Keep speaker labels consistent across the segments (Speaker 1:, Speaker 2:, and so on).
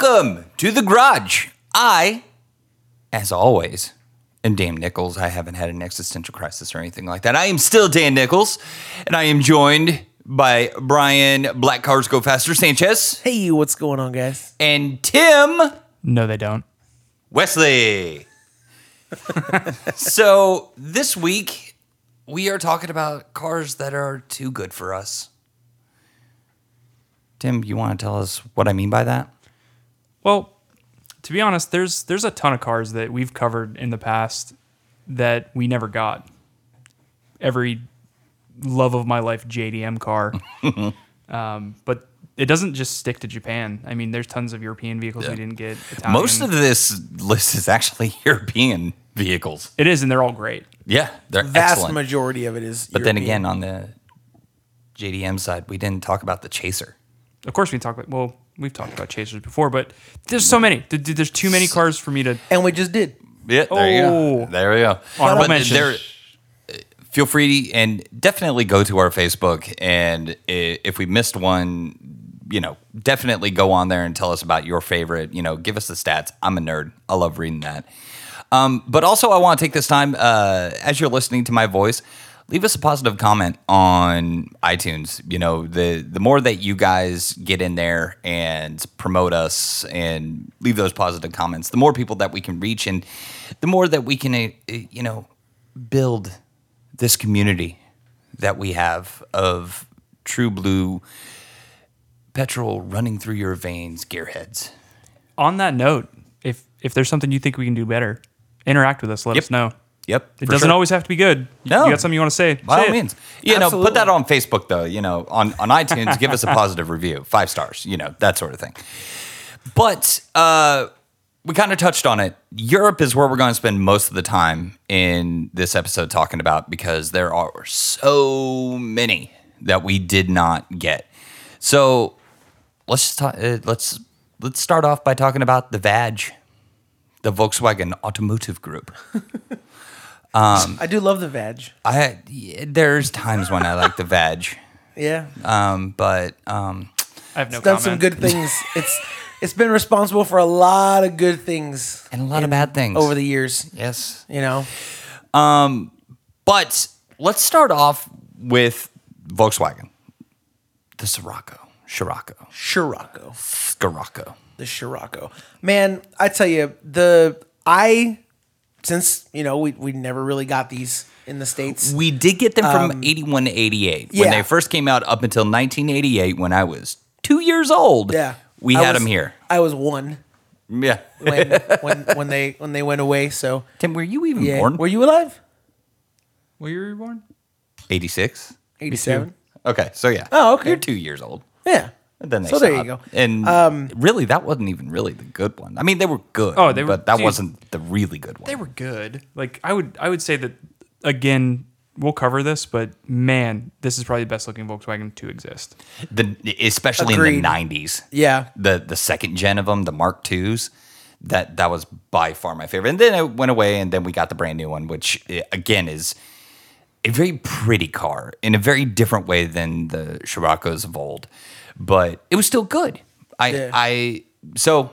Speaker 1: to the garage. I, as always, am Dan Nichols. I haven't had an existential crisis or anything like that. I am still Dan Nichols, and I am joined by Brian Black Cars Go Faster Sanchez
Speaker 2: Hey, what's going on, guys?
Speaker 1: and Tim
Speaker 3: No, they don't.
Speaker 1: Wesley. so this week we are talking about cars that are too good for us. Tim, you want to tell us what I mean by that?
Speaker 3: Well, to be honest, there's there's a ton of cars that we've covered in the past that we never got. Every love of my life JDM car, um, but it doesn't just stick to Japan. I mean, there's tons of European vehicles we didn't get. Italian.
Speaker 1: Most of this list is actually European vehicles.
Speaker 3: it is, and they're all great.
Speaker 1: Yeah, they're
Speaker 2: Vast
Speaker 1: excellent.
Speaker 2: majority of it is.
Speaker 1: but then again, on the JDM side, we didn't talk about the Chaser.
Speaker 3: Of course, we talk about well, we've talked about chasers before, but there's so many. Th- th- There's too many cars for me to.
Speaker 2: and we just did.
Speaker 1: Yeah, there you
Speaker 3: Oh.
Speaker 1: go. There we go.
Speaker 3: Honorable
Speaker 1: But
Speaker 3: mention.
Speaker 1: there- uh, feel free and definitely go to our Facebook. And i- if we missed one, you know, definitely go on there and tell us about your favorite. You know, give us the stats. I'm a nerd. I love reading that. Um, but also, I want to take this time uh, as you're listening to my voice. Leave us a positive comment on iTunes. You know, the the more that you guys get in there and promote us and leave those positive comments, the more people that we can reach, and the more that we can, uh, uh, you know, build this community that we have of true blue petrol running through your veins, gearheads.
Speaker 3: On that note, if if there's something you think we can do better, interact with us. Let
Speaker 1: Yep.
Speaker 3: us know.
Speaker 1: Yep,
Speaker 3: It doesn't always have to be good. You-
Speaker 1: No.
Speaker 3: You got something you want to say?
Speaker 1: By
Speaker 3: say
Speaker 1: all
Speaker 3: it.
Speaker 1: means, you know,
Speaker 2: Absolutely.
Speaker 1: put that on Facebook though. You know, on on iTunes, give us a positive review, five stars. You know, that sort of thing. But uh, we kind of touched on it. Europe is where we're going to spend most of the time in this episode talking about because there are so many that we did not get. So let's just talk, uh, let's let's start off by talking about the Vag, the Volkswagen Automotive Group.
Speaker 2: I do love the veg.
Speaker 1: I yeah, there's times when I like the veg,
Speaker 2: Yeah,
Speaker 1: um, but um,
Speaker 3: I have no
Speaker 2: done
Speaker 3: comment.
Speaker 2: some good things. it's it's been responsible for a lot of good things
Speaker 1: and a lot of bad things
Speaker 2: over the years.
Speaker 1: yes.
Speaker 2: You know,
Speaker 1: But let's start off with Volkswagen, the Sirocco, Scirocco,
Speaker 2: Scirocco,
Speaker 1: Scirocco.
Speaker 2: the Scirocco. Man, I tell you, the I since you know we we never really got these in the states.
Speaker 1: We did get them from 81 to 88 when
Speaker 2: Um, yeah.
Speaker 1: they first came out, up until 1988 when I was two years old.
Speaker 2: Yeah,
Speaker 1: we
Speaker 2: I
Speaker 1: had
Speaker 2: was-
Speaker 1: them here.
Speaker 2: I was one
Speaker 1: Yeah,
Speaker 2: when when when they when they went away. So
Speaker 1: Tim, were you even
Speaker 2: yeah,
Speaker 1: born?
Speaker 2: were you alive?
Speaker 3: Were you reborn?
Speaker 1: 86.
Speaker 2: Eighty seven.
Speaker 1: Okay, so yeah.
Speaker 2: Oh, okay.
Speaker 1: You're two years old.
Speaker 2: Yeah.
Speaker 1: And then they
Speaker 2: so there you go. Um,
Speaker 1: stopped. And really, that wasn't even really the good one. I mean, they were good.
Speaker 3: Oh, they were-
Speaker 1: but that
Speaker 3: dude.
Speaker 1: wasn't the really good one.
Speaker 3: They were good. Like I would, I would say that again. We'll cover this, but man, this is probably the best looking Volkswagen to exist.
Speaker 1: the, especially in
Speaker 2: Agreed.
Speaker 1: the '90s.
Speaker 2: Yeah.
Speaker 1: The the second gen of them, the Mark Twos, that that was by far my favorite. And then it went away, and then we got the brand new one, which eh, again is a very pretty car in a very different way than the Scirocco's of old, but it was still good. I
Speaker 2: Yeah.
Speaker 1: I so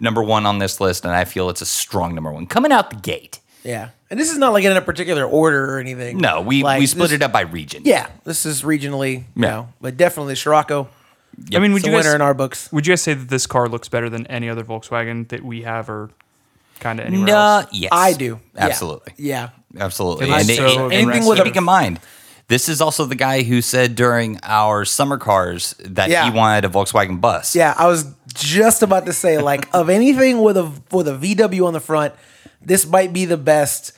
Speaker 1: number one on this list, and I feel it's a strong number one coming out the gate.
Speaker 2: Yeah. And this is not like in a particular order or anything.
Speaker 1: No, we,
Speaker 2: Like,
Speaker 1: we split
Speaker 2: this-
Speaker 1: it up by region.
Speaker 2: Yeah. This is regionally, you
Speaker 1: Yeah.
Speaker 2: know, but definitely Scirocco.
Speaker 3: I mean, would
Speaker 2: It's a
Speaker 3: you guys,
Speaker 2: winner in our books.
Speaker 3: would you guys say that this car looks better than any other Volkswagen that we have or kind of anywhere
Speaker 1: No,
Speaker 3: else?
Speaker 1: yes.
Speaker 2: I do. Yeah.
Speaker 1: Absolutely.
Speaker 2: Yeah.
Speaker 1: Absolutely.
Speaker 3: It was
Speaker 1: And it-
Speaker 3: so
Speaker 1: it- anything
Speaker 3: aggressive.
Speaker 1: with keeping in mind, this is also the guy who said during our summer cars that
Speaker 2: Yeah.
Speaker 1: he wanted a Volkswagen bus.
Speaker 2: Yeah. I was just about to say, like, of anything with a with a VW on the front, this might be the best.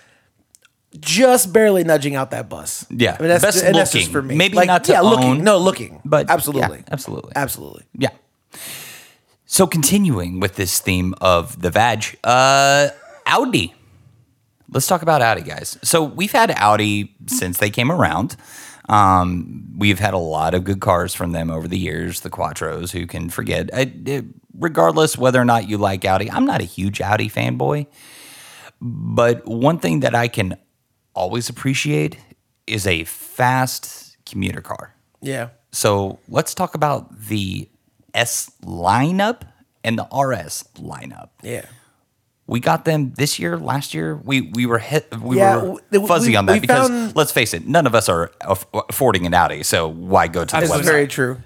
Speaker 2: Just barely nudging out that bus.
Speaker 1: Yeah.
Speaker 2: I mean, that's,
Speaker 1: Best
Speaker 2: and that's just
Speaker 1: looking.
Speaker 2: for me.
Speaker 1: Maybe not to
Speaker 2: yeah,
Speaker 1: own,
Speaker 2: looking. No, looking.
Speaker 1: but-
Speaker 2: absolutely,
Speaker 1: yeah, absolutely.
Speaker 2: absolutely.
Speaker 1: Yeah. So continuing with this theme of the Vag, uh, Audi. Let's talk about Audi, guys. So we've had Audi since they came around. Um, we've had a lot of good cars from them over the years. The Quattros, who can forget? I, it- regardless whether or not you like Audi, I'm not a huge Audi fanboy. But one thing that I can always appreciate is a fast commuter car.
Speaker 2: Yeah.
Speaker 1: So let's talk about the S lineup and the RS lineup.
Speaker 2: Yeah.
Speaker 1: We got them this year, last year. We we were hit, we
Speaker 2: Yeah,
Speaker 1: were
Speaker 2: w-
Speaker 1: fuzzy
Speaker 2: we-
Speaker 1: on that
Speaker 2: we
Speaker 1: because
Speaker 2: found-
Speaker 1: let's face it, none of us are aff- affording an Audi, so why go to the
Speaker 2: This
Speaker 3: Absolutely.
Speaker 2: is
Speaker 1: website?
Speaker 2: very true.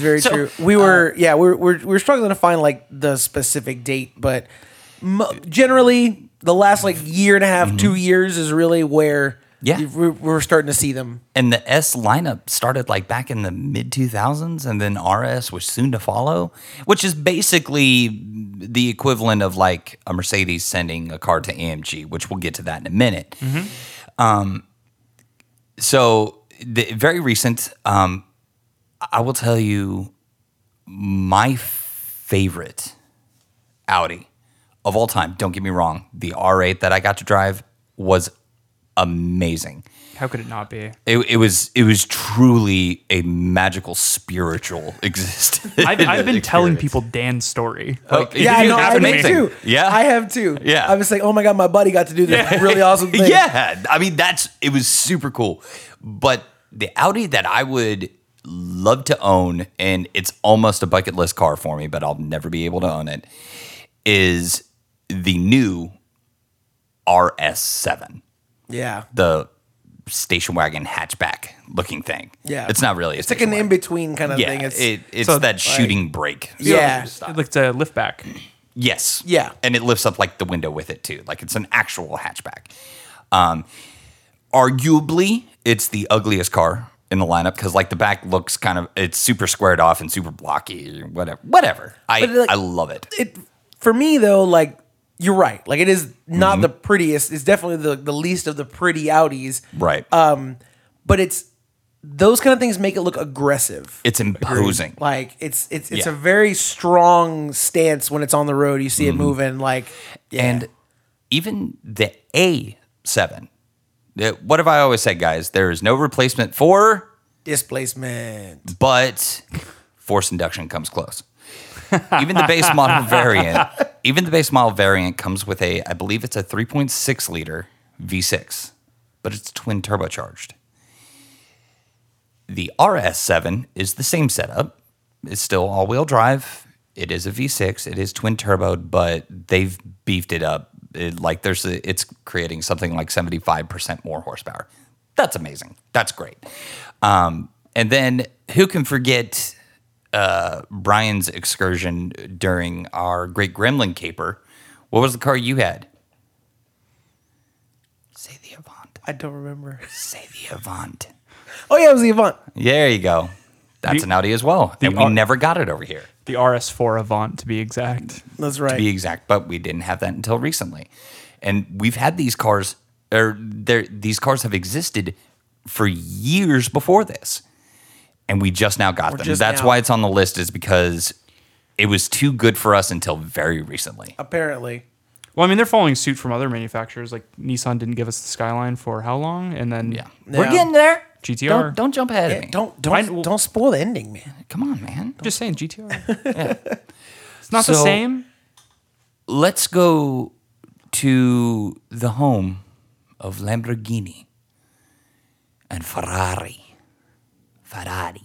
Speaker 2: very
Speaker 1: So, uh,
Speaker 2: true. We were yeah, we were, we we're we were struggling to find like the specific date, but mo- generally the last like year and a half, two years is really where
Speaker 1: Mm-hmm. Yeah.
Speaker 2: you- we're, we're starting to see them.
Speaker 1: and the S lineup started like back in the mid 2000s, and then RS was soon to follow, which is basically the equivalent of like a Mercedes sending a car to AMG, which we'll get to that in a minute. Um, so the very recent, um, I will tell you my favorite Audi of all time. Don't get me wrong, the R8 that I got to drive was amazing
Speaker 3: How could it not be?
Speaker 1: it, it was it was truly a magical spiritual existence.
Speaker 3: I've, I've been telling
Speaker 1: Experience.
Speaker 3: people Dan's story.
Speaker 1: Oh,
Speaker 3: Like,
Speaker 1: you-
Speaker 2: Yeah, I
Speaker 1: you
Speaker 2: know.
Speaker 1: have
Speaker 2: I
Speaker 1: to
Speaker 2: have
Speaker 1: make-
Speaker 2: too.
Speaker 1: Yeah,
Speaker 2: I have too.
Speaker 1: Yeah.
Speaker 2: I was like, oh my god, my buddy got to do this really awesome thing.
Speaker 1: Yeah, I mean that's it was super cool, but the Audi that I would love to own, and it's almost a bucket list car for me, but I'll never be able to own it, is the new RS7.
Speaker 2: yeah.
Speaker 1: the station wagon hatchback looking thing.
Speaker 2: Yeah.
Speaker 1: It's not really a
Speaker 2: It's like
Speaker 1: station
Speaker 2: an in
Speaker 1: wagon.
Speaker 2: between kind of
Speaker 1: Yeah,
Speaker 2: thing. It's
Speaker 1: it, it's
Speaker 3: So,
Speaker 1: that
Speaker 3: like-
Speaker 1: shooting brake.
Speaker 2: Yeah.
Speaker 1: sort of stuff.
Speaker 3: like the lift back.
Speaker 1: Yes.
Speaker 2: Yeah.
Speaker 1: And it lifts up like the window with it too. Like it's an actual hatchback. Um, arguably, it's the ugliest car in the lineup because like the back looks kind of it's super squared off and super blocky or whatever. Whatever. I
Speaker 2: But, like,
Speaker 1: I love it.
Speaker 2: it for me though like you're right like it is not
Speaker 1: Mm-hmm.
Speaker 2: the prettiest it's definitely the, the least of the pretty outies
Speaker 1: Right.
Speaker 2: Uh, but it's those kind of things make it look aggressive
Speaker 1: it's imposing.
Speaker 2: like it's it's it's
Speaker 1: Yeah.
Speaker 2: a very strong stance when it's on the road you see it moving like Mm-hmm. yeah.
Speaker 1: And even the A7. the- What have I always said, guys? There is no replacement for,
Speaker 2: displacement
Speaker 1: but force induction comes close. Even the base model variant, even the base model variant comes with a, I believe it's a 3.6 liter V6, but it's twin turbocharged. The RS7 is the same setup. It's still all wheel drive. It is a V6. It is twin turboed, but they've beefed it up. It- like there's a, it's creating something like 75% more horsepower. That's amazing. That's great. Um, and then who can forget uh, Brian's excursion during our Great Gremlin Caper? What was the car you had? Say the Avant.
Speaker 2: i don't remember
Speaker 1: Say the Avant.
Speaker 2: oh yeah it was the avant
Speaker 1: There you go. That's an Audi as well. And we
Speaker 3: R-
Speaker 1: never got it over here,
Speaker 3: The RS4 Avant, to be exact.
Speaker 2: that's
Speaker 1: to be
Speaker 2: right
Speaker 1: exact, but we didn't have that until recently. And we've had these cars, or there, these cars have existed for years before this. And we just now got them.
Speaker 2: just
Speaker 1: That's
Speaker 2: now-
Speaker 1: why it's on the list, is because it was too good for us until very recently.
Speaker 2: apparently
Speaker 3: Well, I mean, they're following suit from other manufacturers. Like Nissan didn't give us the Skyline for how long, and then
Speaker 1: Yeah.
Speaker 2: Yeah.
Speaker 1: We're getting there.
Speaker 3: GTR.
Speaker 1: Don't, don't jump ahead of
Speaker 2: yeah,
Speaker 1: me.
Speaker 2: don't
Speaker 3: Mine
Speaker 2: don't
Speaker 3: will-
Speaker 2: don't spoil the ending man
Speaker 1: Come on, man.
Speaker 3: just saying GTR. It's not the
Speaker 1: So-
Speaker 3: same.
Speaker 1: let's go to the home of Lamborghini and Ferrari. Ferrari.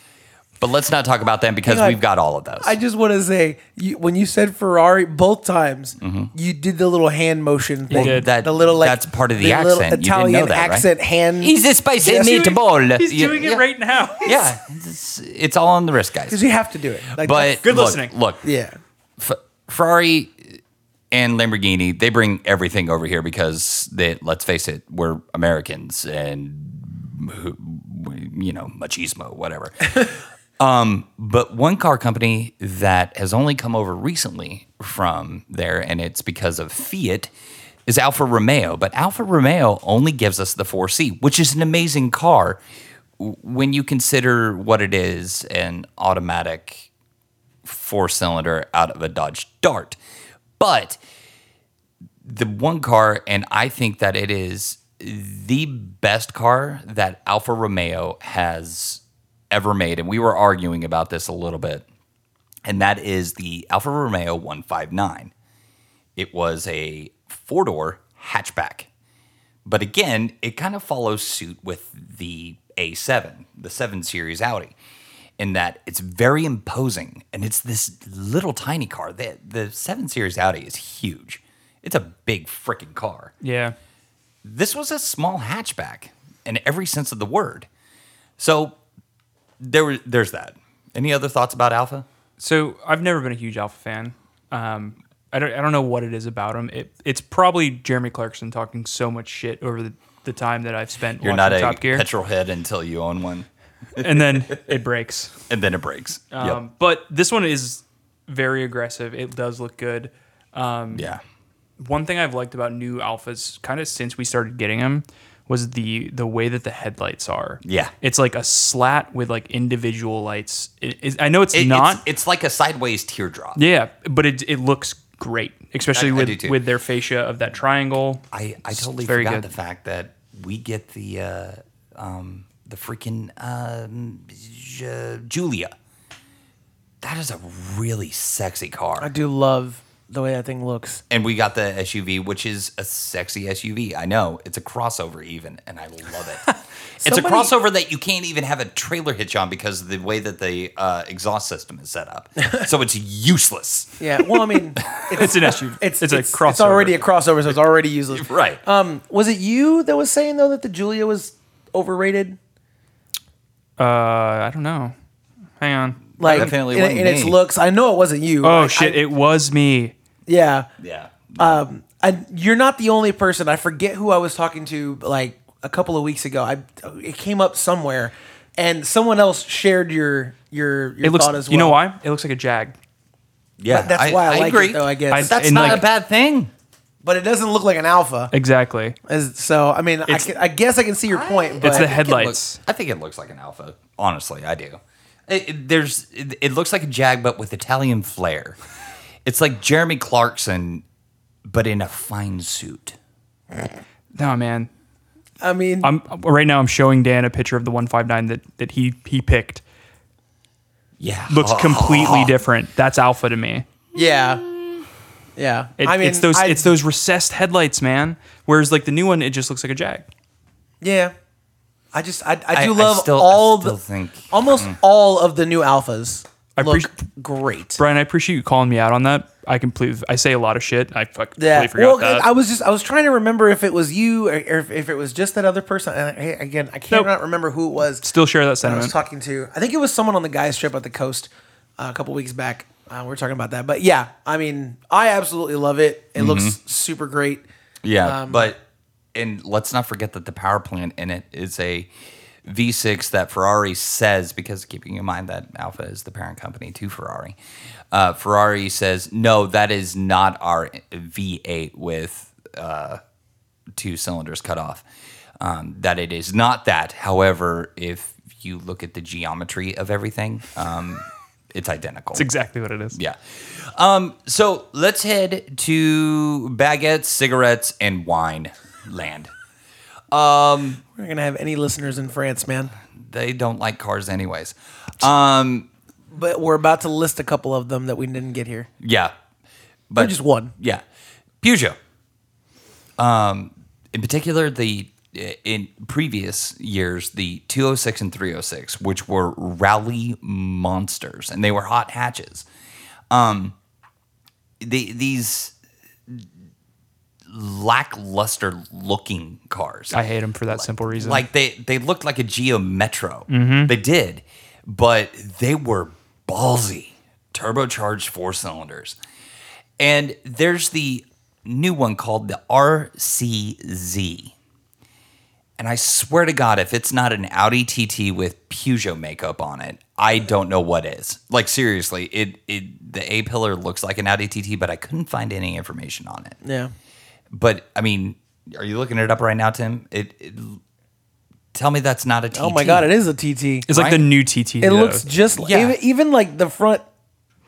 Speaker 1: but let's not talk about them because
Speaker 2: Hang on.
Speaker 1: we've got all of those.
Speaker 2: I just want to say, you, when you said Ferrari both times, you did the little hand motion thing.
Speaker 3: did.
Speaker 1: That-
Speaker 2: the little like
Speaker 1: that's part of the accent.
Speaker 2: little
Speaker 1: You didn't know
Speaker 2: Italian
Speaker 1: that, right?
Speaker 2: accent hand.
Speaker 1: He's a spicy
Speaker 2: Yes.
Speaker 1: meatball.
Speaker 3: He's
Speaker 1: You-
Speaker 3: doing
Speaker 1: yeah,
Speaker 3: it right now.
Speaker 1: Yeah, it's, it's all on the wrist, guys.
Speaker 2: because you have to do it. Like,
Speaker 1: But
Speaker 3: Good
Speaker 1: look,
Speaker 3: listening.
Speaker 1: Look,
Speaker 2: that's- yeah,
Speaker 1: F- Ferrari and Lamborghini, they bring everything over here because they, let's face it, we're Americans and you know machismo, whatever. um, but one car company that has only come over recently from there, and it's because of Fiat. Is Alfa Romeo, but Alfa Romeo only gives us the 4C, which is an amazing car w- when you consider what it is an automatic four cylinder out of a Dodge Dart. But the one car, and I think that it is the best car that Alfa Romeo has ever made. And we were arguing about this a little bit, and that is the Alfa Romeo 159. It was a four door hatchback. But again, it kind of follows suit with the A7, the 7 Series Audi. in that it's very imposing and it's this little tiny car. The, the 7 Series Audi is huge, it's a big freaking car.
Speaker 3: Yeah.
Speaker 1: This was a small hatchback in every sense of the word. So there, were- there's that. Any other thoughts about Alpha?
Speaker 3: So I've never been a huge Alpha fan. Um, I don't I don't know what it is about him. It, it's probably Jeremy Clarkson talking so much shit over the, the time that I've spent
Speaker 1: You're
Speaker 3: watching
Speaker 1: not a
Speaker 3: Top Gear,
Speaker 1: petrol head until you own one,
Speaker 3: and then it breaks.
Speaker 1: and then it breaks. Yep.
Speaker 3: Um, But this one is very aggressive. It does look good. Um,
Speaker 1: Yeah.
Speaker 3: One thing I've liked about new Alphas, kind of since we started getting them, was the the way that the headlights are.
Speaker 1: Yeah.
Speaker 3: it's like a slat with like individual lights. It, it, I know it's
Speaker 1: It-
Speaker 3: not.
Speaker 1: It's, it's like a sideways teardrop.
Speaker 3: Yeah, but it it looks great, especially
Speaker 1: I do
Speaker 3: with
Speaker 1: too.
Speaker 3: with their fascia of that triangle.
Speaker 1: I, I
Speaker 3: It's
Speaker 1: totally
Speaker 3: very
Speaker 1: forgot
Speaker 3: good.
Speaker 1: the fact that we get the uh, um, the freaking um, Ju- Julia. That is a really sexy
Speaker 2: I
Speaker 1: car,
Speaker 2: do love the way that thing looks.
Speaker 1: and we got the SUV, which is a sexy SUV. I know it's a crossover even, and I love it. it's a
Speaker 2: Somebody-
Speaker 1: crossover that you can't even have a trailer hitch on because of the way that the uh, exhaust system is set up, so it's useless.
Speaker 2: Yeah. Well, I mean,
Speaker 3: It's an SUV.
Speaker 2: it's
Speaker 3: It's,
Speaker 2: it's,
Speaker 3: a crossover.
Speaker 2: It's already a crossover, so it's already useless.
Speaker 1: Right.
Speaker 2: Um, was it you that was saying though that the Julia was overrated?
Speaker 3: uh, I don't know. Hang on.
Speaker 2: Like
Speaker 1: Definitely
Speaker 2: in,
Speaker 1: wasn't
Speaker 2: in its
Speaker 1: me.
Speaker 2: looks. I know it wasn't you.
Speaker 3: Oh
Speaker 2: Like,
Speaker 3: shit!
Speaker 2: I-
Speaker 3: it was me.
Speaker 2: yeah.
Speaker 1: Yeah.
Speaker 2: Um, I, you're not the only person. I forget who I was talking to like a couple of weeks ago. I it came up somewhere, and someone else shared your your your
Speaker 3: It looks.
Speaker 2: thought as well.
Speaker 3: You know why? It looks like a jag.
Speaker 1: yeah.
Speaker 2: Uh, That's why I, like it though. I guess,
Speaker 3: I-
Speaker 1: That's
Speaker 3: And,
Speaker 1: not
Speaker 3: like-
Speaker 1: a bad thing.
Speaker 2: but it doesn't look like an alpha.
Speaker 3: Exactly.
Speaker 2: As, so I mean, I,
Speaker 3: It's-
Speaker 2: can, I guess I can see your point. But
Speaker 3: It's the
Speaker 1: think it
Speaker 3: headlights.
Speaker 1: looks- I think it looks like an alpha. Honestly, I do. It, it- there's it, it looks like a jag, but with Italian flair. It's like Jeremy Clarkson, but in a fine suit.
Speaker 3: No man.
Speaker 2: I mean,
Speaker 3: I'm right now. I'm showing Dan a picture of the 159 that that he he picked.
Speaker 1: Yeah,
Speaker 3: Looks completely different. That's alpha to me.
Speaker 2: yeah, yeah.
Speaker 3: It,
Speaker 2: I mean,
Speaker 3: it's those
Speaker 2: I-
Speaker 3: it's those recessed headlights, man. Whereas like the new one, it just looks like a jag.
Speaker 2: Yeah. I just I, I
Speaker 1: I-
Speaker 2: do
Speaker 1: I
Speaker 2: love
Speaker 1: still- I
Speaker 2: all
Speaker 1: still
Speaker 2: the
Speaker 1: think- Mm.
Speaker 2: almost all of the new alphas
Speaker 3: I
Speaker 2: look
Speaker 3: appreci-
Speaker 2: great.
Speaker 3: Brian, I appreciate you calling me out on that. I completely, I say a lot of shit. I fuck,
Speaker 2: Yeah.
Speaker 3: completely forgot
Speaker 2: Well,
Speaker 3: that.
Speaker 2: I was just I was trying to remember if it was you or if, if it was just that other person. And I, again, I cannot remember who it was.
Speaker 3: Still share that
Speaker 2: I
Speaker 3: sentiment.
Speaker 2: was talking to. I think it was someone on the guys trip at the coast uh, a couple weeks back. Uh, we were talking about that, but yeah, I mean, I absolutely love it. It looks
Speaker 1: Mm-hmm.
Speaker 2: super great.
Speaker 1: Yeah, but and let's not forget that the power plant in it is a V6 that Ferrari says because keeping in mind that Alpha is the parent company to Ferrari. Uh, Ferrari says no, that is not our V8 with uh, two cylinders cut off. Um, that it is not that. However, if you look at the geometry of everything, um, it's identical.
Speaker 3: That's exactly what it is.
Speaker 1: Yeah. Um, so let's head to baguettes, cigarettes, and wine land.
Speaker 2: We're not gonna have any listeners in France, man.
Speaker 1: They don't like cars, anyways. Um,
Speaker 2: But we're about to list a couple of them that we didn't get here.
Speaker 1: yeah. But
Speaker 2: just one.
Speaker 1: Yeah. Peugeot. Um, in particular, the eh, in previous years, the 206 and 306, which were rally monsters, and they were hot hatches. Um, the, these lackluster looking cars.
Speaker 3: I hate him for that simple reason. Mm-hmm.
Speaker 1: Like they they looked like a Geo Metro. They did, but they were ballsy turbocharged four cylinders. And there's the new one called the RCZ. And I swear to God, if it's not an Audi TT with Peugeot makeup on it, I don't know what is. Like seriously, it it the A pillar looks like an Audi TT, but I couldn't find any information on it
Speaker 2: Yeah.
Speaker 1: but I mean, are you looking it up right now, Tim? It, it tell me that's not a TT.
Speaker 2: Oh my god, it is a TT.
Speaker 3: it's like the new TT.
Speaker 2: It looks just like
Speaker 1: Yeah.
Speaker 2: even, even like the front.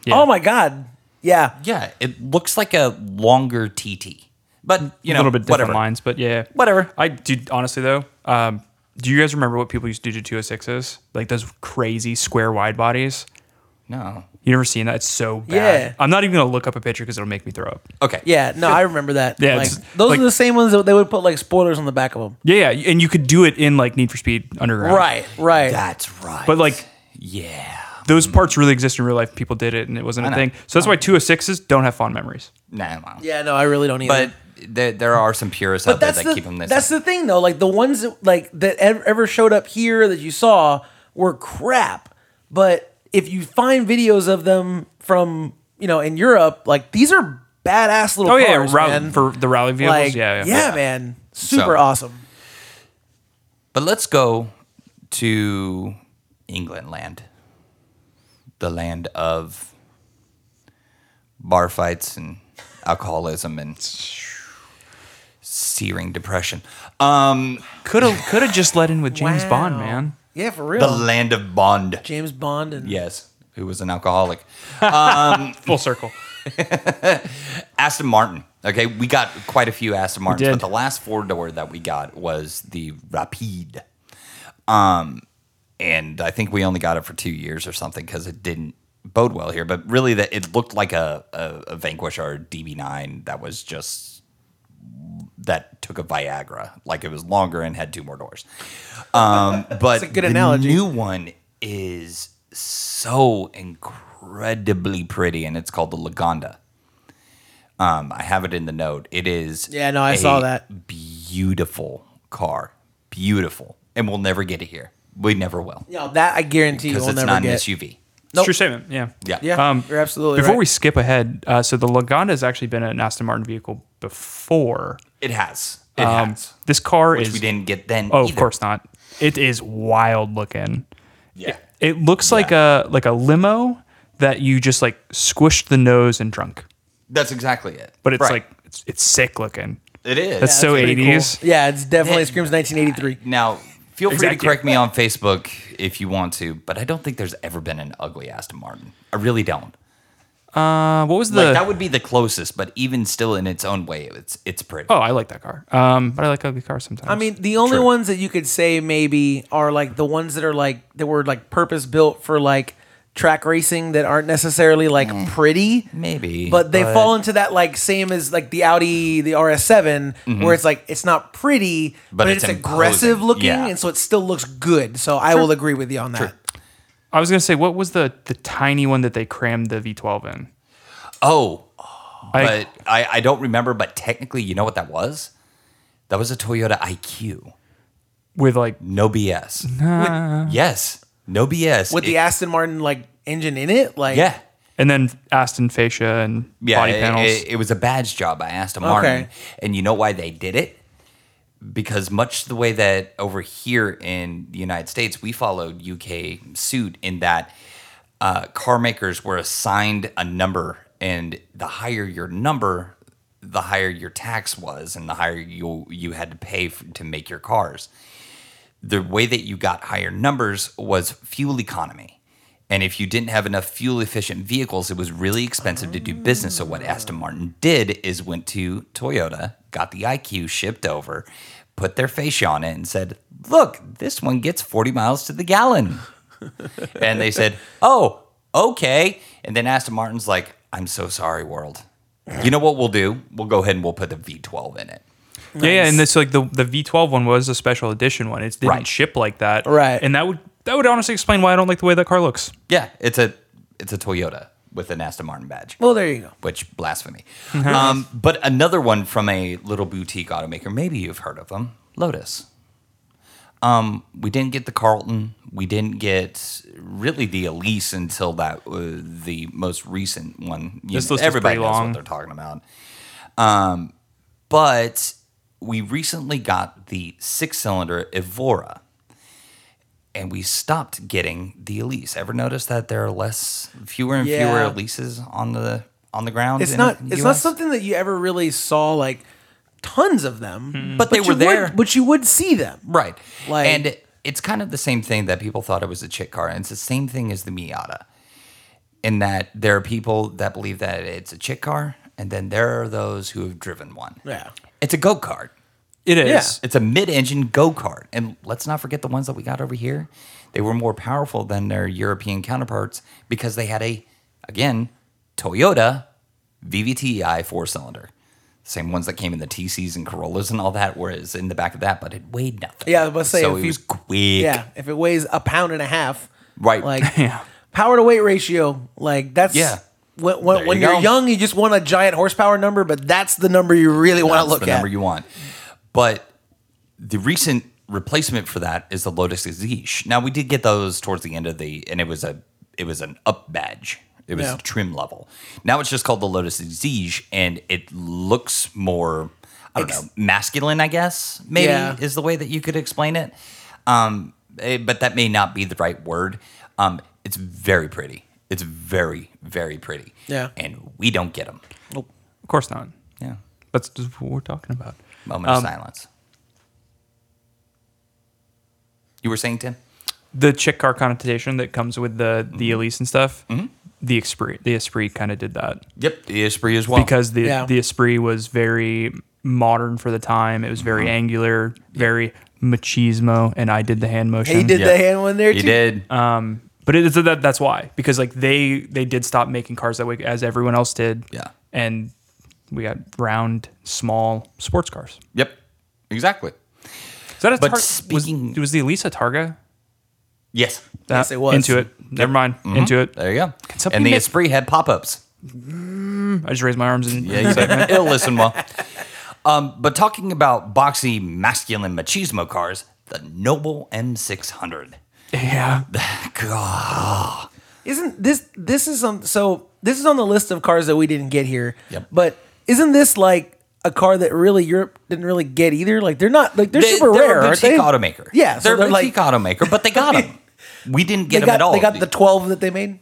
Speaker 3: Yeah.
Speaker 2: Oh my god. Yeah.
Speaker 1: yeah, it looks like a longer TT, but you know,
Speaker 3: a little bit different
Speaker 1: whatever.
Speaker 3: lines, but yeah,
Speaker 1: Whatever.
Speaker 3: I dude, honestly though, um, do you guys remember what people used to do to 206s? Like those crazy square wide bodies.
Speaker 1: No,
Speaker 3: You never seen that? It's so bad.
Speaker 2: Yeah.
Speaker 3: I'm not even gonna look up a picture because it'll make me throw up.
Speaker 1: okay,
Speaker 2: Yeah. No, I remember that.
Speaker 3: Yeah,
Speaker 2: Like,
Speaker 3: it's-
Speaker 2: those
Speaker 3: like-
Speaker 2: are the same ones that they would put like spoilers on the back of them.
Speaker 3: Yeah, yeah, and you could do it in like Need for Speed Underground.
Speaker 2: Right. Right.
Speaker 1: that's right.
Speaker 3: But like
Speaker 1: Yeah.
Speaker 3: Those parts really exist in real life. People did it, and it wasn't a
Speaker 1: know.
Speaker 3: thing. So that's why 206s don't have fond memories.
Speaker 1: Nah, well.
Speaker 2: Yeah, no, I really don't either.
Speaker 1: But there, there are some purists out there that
Speaker 2: the,
Speaker 1: keep them this.
Speaker 2: That's the thing though. Like the ones that, like that ev- ever showed up here that you saw were crap. But if you find videos of them from you know in Europe, like these are badass little.
Speaker 3: Oh yeah,
Speaker 2: cars,
Speaker 3: rally,
Speaker 2: man.
Speaker 3: for the rally vehicles.
Speaker 2: like
Speaker 3: yeah, yeah,
Speaker 2: man, super
Speaker 1: So-
Speaker 2: awesome.
Speaker 1: but let's go to England land, the land of bar fights and alcoholism and searing depression. Um,
Speaker 3: Could have could have just let in with James
Speaker 2: Wow.
Speaker 3: Bond, man.
Speaker 2: Yeah, for
Speaker 1: the
Speaker 2: real.
Speaker 1: land of Bond.
Speaker 2: James Bond and
Speaker 1: Yes, who was an alcoholic.
Speaker 3: Full circle.
Speaker 1: Aston Martin. Okay, we got quite a few Aston Martins,
Speaker 3: did.
Speaker 1: but the last four door that we got was the Rapide. Um, and I think we only got it for two years or something because it didn't bode well here. But really, that it looked like a, a, a Vanquish or a DB9 that was just that took a Viagra, like it was longer and had two more doors. Um, but
Speaker 2: a good
Speaker 1: the
Speaker 2: analogy.
Speaker 1: new one is so incredibly pretty, and it's called the Lagonda. Um, I have it in the note. It is
Speaker 2: Yeah, no, I
Speaker 1: a
Speaker 2: saw that.
Speaker 1: beautiful car, beautiful, and we'll never get it here. We never will
Speaker 2: you know, that I guarantee you
Speaker 1: because
Speaker 2: will
Speaker 1: it's
Speaker 2: never
Speaker 1: not
Speaker 2: get.
Speaker 1: an SUV.
Speaker 2: Nope.
Speaker 3: True statement. Yeah.
Speaker 1: Yeah,
Speaker 2: Yeah,
Speaker 3: Um,
Speaker 2: you're absolutely
Speaker 3: Before
Speaker 2: right.
Speaker 3: we skip ahead, uh, so the Lagonda has actually been an Aston Martin vehicle before.
Speaker 1: it has. It
Speaker 3: Um,
Speaker 1: has.
Speaker 3: This car
Speaker 1: Which
Speaker 3: is
Speaker 1: we didn't get then.
Speaker 3: Oh,
Speaker 1: either.
Speaker 3: of course not. It is wild looking.
Speaker 1: Yeah.
Speaker 3: It looks like a like a limo that you just like squished the nose and drunk.
Speaker 1: That's exactly it.
Speaker 3: But it's
Speaker 1: Right.
Speaker 3: like it's, it's sick looking.
Speaker 1: it is.
Speaker 3: That's so
Speaker 2: pretty cool.
Speaker 3: 80s.
Speaker 2: Yeah, it's definitely screams 1983.
Speaker 1: Now, feel free to
Speaker 3: Exactly.
Speaker 1: correct me on Facebook if you want to, but I don't think there's ever been an ugly Aston Martin. I really don't.
Speaker 3: Uh, what was the?
Speaker 1: Like that would be the closest, but even still, in its own way, it's it's pretty.
Speaker 3: oh, I like that car. Um, but I like ugly cars sometimes.
Speaker 2: I mean, the only
Speaker 1: True.
Speaker 2: ones that you could say maybe are like the ones that are like that were like purpose built for like track racing that aren't necessarily like
Speaker 1: Mm.
Speaker 2: pretty,
Speaker 1: Maybe,
Speaker 2: but they fall into that like same as like the Audi, the RS7, where it's like it's not pretty, but,
Speaker 1: Mm-hmm. it's
Speaker 2: it's, aggressive
Speaker 1: imposing.
Speaker 2: looking,
Speaker 1: Yeah.
Speaker 2: and so it still looks good. So I will agree with you on that.
Speaker 3: I was gonna say, what was the the tiny one that they crammed the V12 in?
Speaker 1: Oh,
Speaker 3: I,
Speaker 1: but I I don't remember. But technically, you know what that was? That was a Toyota IQ.
Speaker 3: with like
Speaker 1: No BS. yes, no BS.
Speaker 2: With the
Speaker 1: It-
Speaker 2: Aston Martin like engine in it, like
Speaker 1: yeah.
Speaker 3: and then Aston fascia and
Speaker 1: Yeah,
Speaker 3: body
Speaker 1: it-
Speaker 3: panels.
Speaker 1: It, it was a badge job by Aston Martin,
Speaker 2: Okay.
Speaker 1: and you know why they did it? Because much the way that over here in the United States we followed UK suit in that uh, car makers were assigned a number, and the higher your number, the higher your tax was, and the higher you you had to pay f- to make your cars the way that you got higher numbers was fuel economy. And if you didn't have enough fuel efficient vehicles, it was really expensive to do business. So what Aston Martin did is went to Toyota, got the IQ shipped over, put their face on it and said, "Look, this one gets 40 miles to the gallon." and they said, "Oh, okay." And then Aston Martin's like, "I'm so sorry, world. You know what we'll do? We'll go ahead and we'll put the V12 in it."
Speaker 3: Yeah, yeah, and it's like the the V12 one was a special edition one. It didn't
Speaker 1: Right.
Speaker 3: ship like that,
Speaker 2: Right.
Speaker 3: And that would that would honestly explain why I don't like the way that car looks.
Speaker 1: Yeah, it's a it's a Toyota with an Aston Martin badge.
Speaker 2: Well, there you go.
Speaker 1: which blasphemy. um, but another one from a little boutique automaker, maybe you've heard of them, Lotus. Um, we didn't get the Carlton. We didn't get really the Elise until that uh, the most recent one. You
Speaker 3: This
Speaker 1: know,
Speaker 3: list is
Speaker 1: everybody
Speaker 3: pretty
Speaker 1: knows
Speaker 3: long.
Speaker 1: what they're talking about. Um, but we recently got the six cylinder Evora. And we stopped getting the Elise. Ever notice that there are less, fewer and fewer
Speaker 2: Yeah.
Speaker 1: Elises on the on the ground?
Speaker 2: It's
Speaker 1: in
Speaker 2: not.
Speaker 1: the
Speaker 2: It's not
Speaker 1: US?
Speaker 2: something that you ever really saw like tons of them,
Speaker 1: Mm-hmm. But they
Speaker 2: you
Speaker 1: were
Speaker 2: would-
Speaker 1: there.
Speaker 2: but you would see them.
Speaker 1: Right.
Speaker 2: Like-
Speaker 1: and it's kind of the same thing that people thought it was a chick car. And it's the same thing as the Miata, in that there are people that believe that it's a chick car, and then there are those who have driven one.
Speaker 2: Yeah.
Speaker 1: It's a go kart.
Speaker 3: It is.
Speaker 2: Yeah.
Speaker 1: It's a mid-engine go-kart. And let's not forget the ones that we got over here. They were more powerful than their European counterparts because they had a again, Toyota VVTi four-cylinder. E Same ones that came in the TCs and Corollas and all that was in the back of that, but it weighed nothing.
Speaker 2: Yeah, I was about to say,
Speaker 1: so
Speaker 2: if
Speaker 1: it
Speaker 2: you-
Speaker 1: was quick.
Speaker 2: Yeah, if it weighs a pound and a half,
Speaker 1: Right.
Speaker 2: Like
Speaker 3: Yeah.
Speaker 2: power to weight ratio. Like that's
Speaker 1: Yeah.
Speaker 2: When, when,
Speaker 1: There
Speaker 2: when
Speaker 1: you
Speaker 2: you
Speaker 1: go.
Speaker 2: are young, you just want a giant horsepower number, but that's the number you really want to
Speaker 1: That's
Speaker 2: look
Speaker 1: the
Speaker 2: at.
Speaker 1: number you want. But the recent replacement for that is the Lotus Exige. Now we did get those towards the end of the, and it was a it was an up badge. It was
Speaker 2: Yeah.
Speaker 1: trim level. Now it's just called the Lotus Exige, and it looks more I don't
Speaker 2: Ex-
Speaker 1: know masculine. I guess maybe
Speaker 2: Yeah.
Speaker 1: is the way that you could explain it. Um, eh, but that may not be the right word. Um, it's very pretty. It's very very pretty.
Speaker 2: Yeah.
Speaker 1: and we don't get them.
Speaker 2: Oh,
Speaker 3: Of course not.
Speaker 1: Yeah,
Speaker 3: That's just what we're talking about.
Speaker 1: Moment of silence. You were saying, Tim?
Speaker 3: The chick car connotation that comes with the the
Speaker 1: Mm-hmm.
Speaker 3: Elise and stuff. The Esprit, the Esprit kind of did that
Speaker 1: Yep, the Esprit as well.
Speaker 3: because the
Speaker 2: Yeah.
Speaker 3: the Esprit was very modern for the time. It was very
Speaker 1: Mm-hmm.
Speaker 3: angular, very machismo, and I did the hand motion.
Speaker 2: He did
Speaker 1: Mm, Yeah.
Speaker 2: the hand one there
Speaker 1: you
Speaker 2: too.
Speaker 1: did.
Speaker 3: but it is that that's why because like they they did stop making cars that way as everyone else did.
Speaker 1: Yeah.
Speaker 3: and we got round, small sports cars.
Speaker 1: yep, exactly.
Speaker 3: Is that a
Speaker 1: But
Speaker 3: Tar-
Speaker 1: speaking-
Speaker 3: was, was the Elisa Targa?
Speaker 1: Yes,
Speaker 2: Yes,
Speaker 3: That-
Speaker 2: it was.
Speaker 3: Into it. Never mind.
Speaker 1: Mm-hmm.
Speaker 3: Into it.
Speaker 1: there you go.
Speaker 3: somebody
Speaker 1: And the
Speaker 3: make-
Speaker 1: Esprit had pop-ups.
Speaker 3: I just raised my arms and
Speaker 1: Yeah, you did. it'll listen well. Um, but talking about boxy, masculine machismo cars, the Noble M600.
Speaker 3: yeah.
Speaker 1: God.
Speaker 2: Isn't this this is on so this is on the list of cars that we didn't get here.
Speaker 1: Yep.
Speaker 2: But isn't this like a car that really Europe didn't really get either? Like they're not like they're
Speaker 1: They-
Speaker 2: super
Speaker 1: they're
Speaker 2: rare,
Speaker 1: a
Speaker 2: aren't they?
Speaker 1: boutique automaker.
Speaker 2: Yeah, so
Speaker 1: they're,
Speaker 2: they're
Speaker 1: a
Speaker 2: like
Speaker 1: boutique automaker, but they got them. We didn't
Speaker 2: they
Speaker 1: get them
Speaker 2: got
Speaker 1: at all.
Speaker 2: they got the twelve that they made.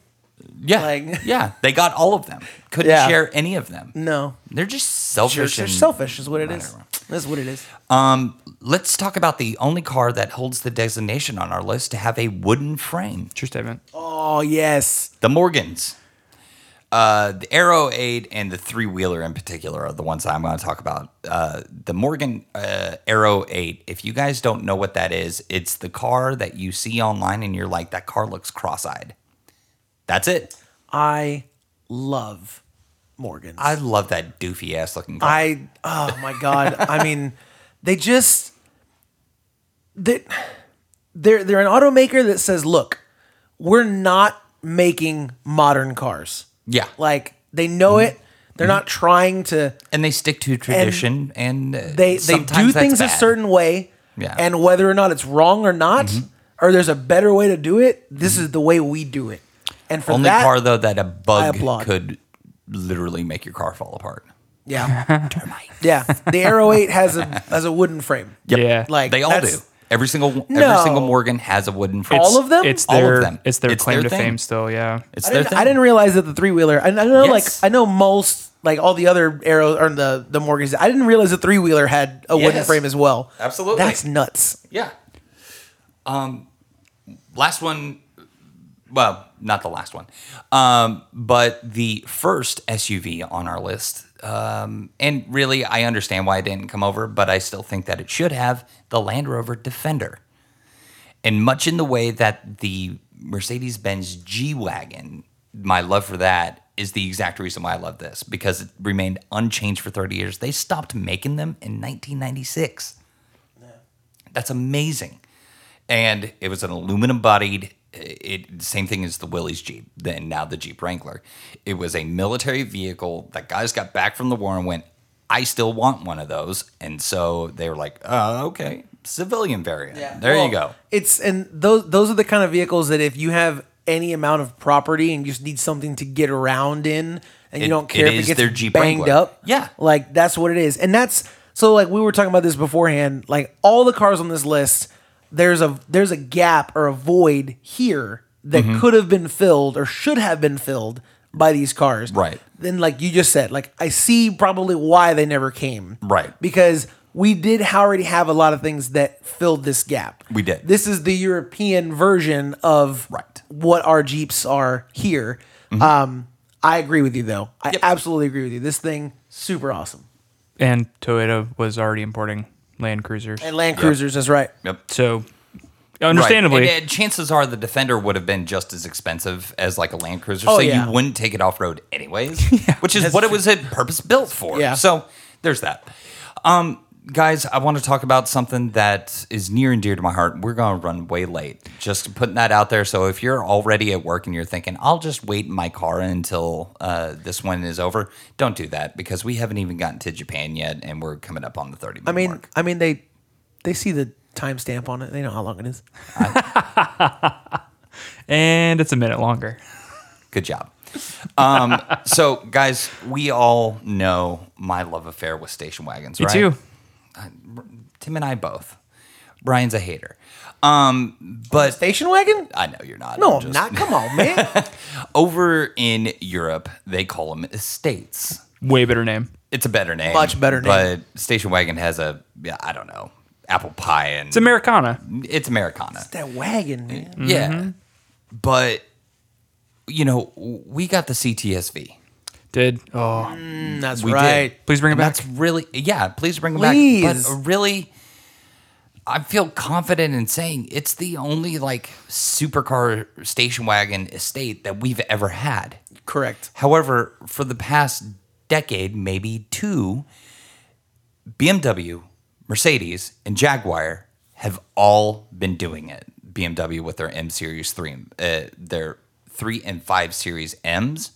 Speaker 1: Yeah,
Speaker 2: Like-
Speaker 1: yeah, they got all of them. Couldn't
Speaker 2: Yeah.
Speaker 1: share any of them.
Speaker 2: No,
Speaker 1: They're just
Speaker 2: they're,
Speaker 1: selfish.
Speaker 2: they're
Speaker 1: and-
Speaker 2: selfish is what it is.
Speaker 1: Whatever.
Speaker 2: That's what it is.
Speaker 1: Um, let's talk about the only car that holds the designation on our list to have a wooden frame:
Speaker 3: True statement.
Speaker 2: Oh yes,
Speaker 1: the Morgans. Uh, the Arrow 8 and the three wheeler in particular are the ones that I'm going to talk about. Uh, the Morgan uh, Arrow 8, if you guys don't know what that is, it's the car that you see online and you're like, that car looks cross eyed. That's it.
Speaker 2: I love Morgan.
Speaker 1: I love that doofy ass looking car.
Speaker 2: I oh my god. I mean, they just they they're they're an automaker that says, look, we're not making modern cars.
Speaker 1: yeah.
Speaker 2: Like they know
Speaker 1: Mm-hmm.
Speaker 2: it. They're not trying to
Speaker 1: and they stick to tradition and, uh,
Speaker 2: they they do
Speaker 1: sometimes that's
Speaker 2: things a
Speaker 1: bad.
Speaker 2: certain way.
Speaker 1: Yeah. Mm-hmm.
Speaker 2: And whether or not it's wrong or not, or there's a better way to do it, this is the way we do it. And for
Speaker 1: only
Speaker 2: that,
Speaker 1: car though that a bug
Speaker 2: applaud.
Speaker 1: could literally make your car fall apart.
Speaker 2: yeah, yeah, the Arrow Eight has a has a wooden frame.
Speaker 3: Yeah.
Speaker 2: Like
Speaker 1: they all
Speaker 2: that's-
Speaker 1: do. Every single every
Speaker 2: No.
Speaker 1: single Morgan has a wooden frame.
Speaker 2: All of them?
Speaker 3: It's
Speaker 1: All of
Speaker 3: their
Speaker 1: them.
Speaker 3: it's their
Speaker 1: It's
Speaker 3: claim
Speaker 1: their
Speaker 3: to
Speaker 1: thing.
Speaker 3: fame still, yeah.
Speaker 1: It's
Speaker 2: I
Speaker 1: their
Speaker 2: didn't,
Speaker 1: thing.
Speaker 2: I didn't realize that the three wheeler. I, I know,
Speaker 1: Yes.
Speaker 2: like, I know most, like all the other arrows or the the Morgans. I didn't realize the three wheeler had a wooden
Speaker 1: Yes.
Speaker 2: frame as well.
Speaker 1: Absolutely.
Speaker 2: that's nuts.
Speaker 1: Yeah. Um, last one. Well, not the last one, um, but the first SUV on our list. Um, and really, I understand why it didn't come over, but I still think that it should have the Land Rover Defender. And much in the way that the Mercedes Benz G Wagon, my love for that is the exact reason why I love this because it remained unchanged for 30 years. They stopped making them in 1996. That's amazing. And it was an aluminum bodied. It same thing as the Willys Jeep, then now the Jeep Wrangler. It was a military vehicle that guys got back from the war and went, I still want one of those. And so they were like, oh, okay, civilian variant. There
Speaker 2: Well,
Speaker 1: you go.
Speaker 2: It's and those those are the kind of vehicles that if you have any amount of property and you just need something to get around in,
Speaker 1: It-
Speaker 2: and you don't
Speaker 1: it
Speaker 2: care if
Speaker 1: is
Speaker 2: it gets
Speaker 1: their Jeep
Speaker 2: banged
Speaker 1: Wrangler.
Speaker 2: up,
Speaker 1: Yeah.
Speaker 2: like that's what it is. And that's so like we were talking about this beforehand. Like all the cars on this list, there's a there's a gap or a void here that
Speaker 1: Mm-hmm.
Speaker 2: could have been filled or should have been filled by these cars.
Speaker 1: Right.
Speaker 2: Then like you just said, like I see probably why they never came.
Speaker 1: Right.
Speaker 2: Because we did already have a lot of things that filled this gap.
Speaker 1: We did.
Speaker 2: This is the European version of
Speaker 1: Right. Mm-hmm.
Speaker 2: what our Jeeps are here. Um, I agree with you though. I absolutely agree with you. This thing super awesome.
Speaker 3: And Toyota was already importing Land Cruisers.
Speaker 2: And Land Cruisers, that's right.
Speaker 3: so
Speaker 1: Right.
Speaker 3: understandably
Speaker 1: And, uh, chances are the Defender would have been just as expensive as like a Land Cruiser.
Speaker 2: Oh,
Speaker 1: so
Speaker 2: yeah.
Speaker 1: you wouldn't take it off road anyways, which is what it was purpose built for.
Speaker 2: Yeah.
Speaker 1: So there's that. Um, guys, I want to talk about something that is near and dear to my heart. We're going to run way late. Just putting that out there. So if you're already at work and you're thinking, I'll just wait in my car until uh, this one is over, don't do that because we haven't even gotten to Japan yet and we're coming up on the 30 minute
Speaker 2: I mean,
Speaker 1: mark.
Speaker 2: I mean they they see the timestamp on it. They know how long it is.
Speaker 3: and it's a minute longer.
Speaker 1: Good job. Um, so, guys, we all know my love affair with station wagons,
Speaker 3: Me
Speaker 1: right?
Speaker 3: too.
Speaker 1: Tim and I both. Brian's a hater. Um, but
Speaker 2: Station wagon?
Speaker 1: I know you're not.
Speaker 2: No, I'm
Speaker 1: just-
Speaker 2: not. Come on, man.
Speaker 1: Over in Europe, they call them estates.
Speaker 3: Way better name.
Speaker 1: It's a better name.
Speaker 2: Much better name.
Speaker 1: But station wagon has a, yeah, I don't know, apple pie and
Speaker 3: It's Americana.
Speaker 1: it's Americana.
Speaker 2: that wagon, man.
Speaker 3: Mm-hmm.
Speaker 1: Yeah. But, you know, we got the CTSV.
Speaker 3: Did oh
Speaker 2: That's
Speaker 1: We did.
Speaker 2: right.
Speaker 3: please bring it
Speaker 1: And
Speaker 3: back.
Speaker 1: That's really yeah. Please bring it
Speaker 2: Please.
Speaker 1: back. But really, I feel confident in saying it's the only like supercar station wagon estate that we've ever had.
Speaker 2: Correct.
Speaker 1: However, for the past decade, maybe two, BMW, Mercedes, and Jaguar have all been doing it. BMW with their M Series 3, uh, their 3 and 5 Series Ms,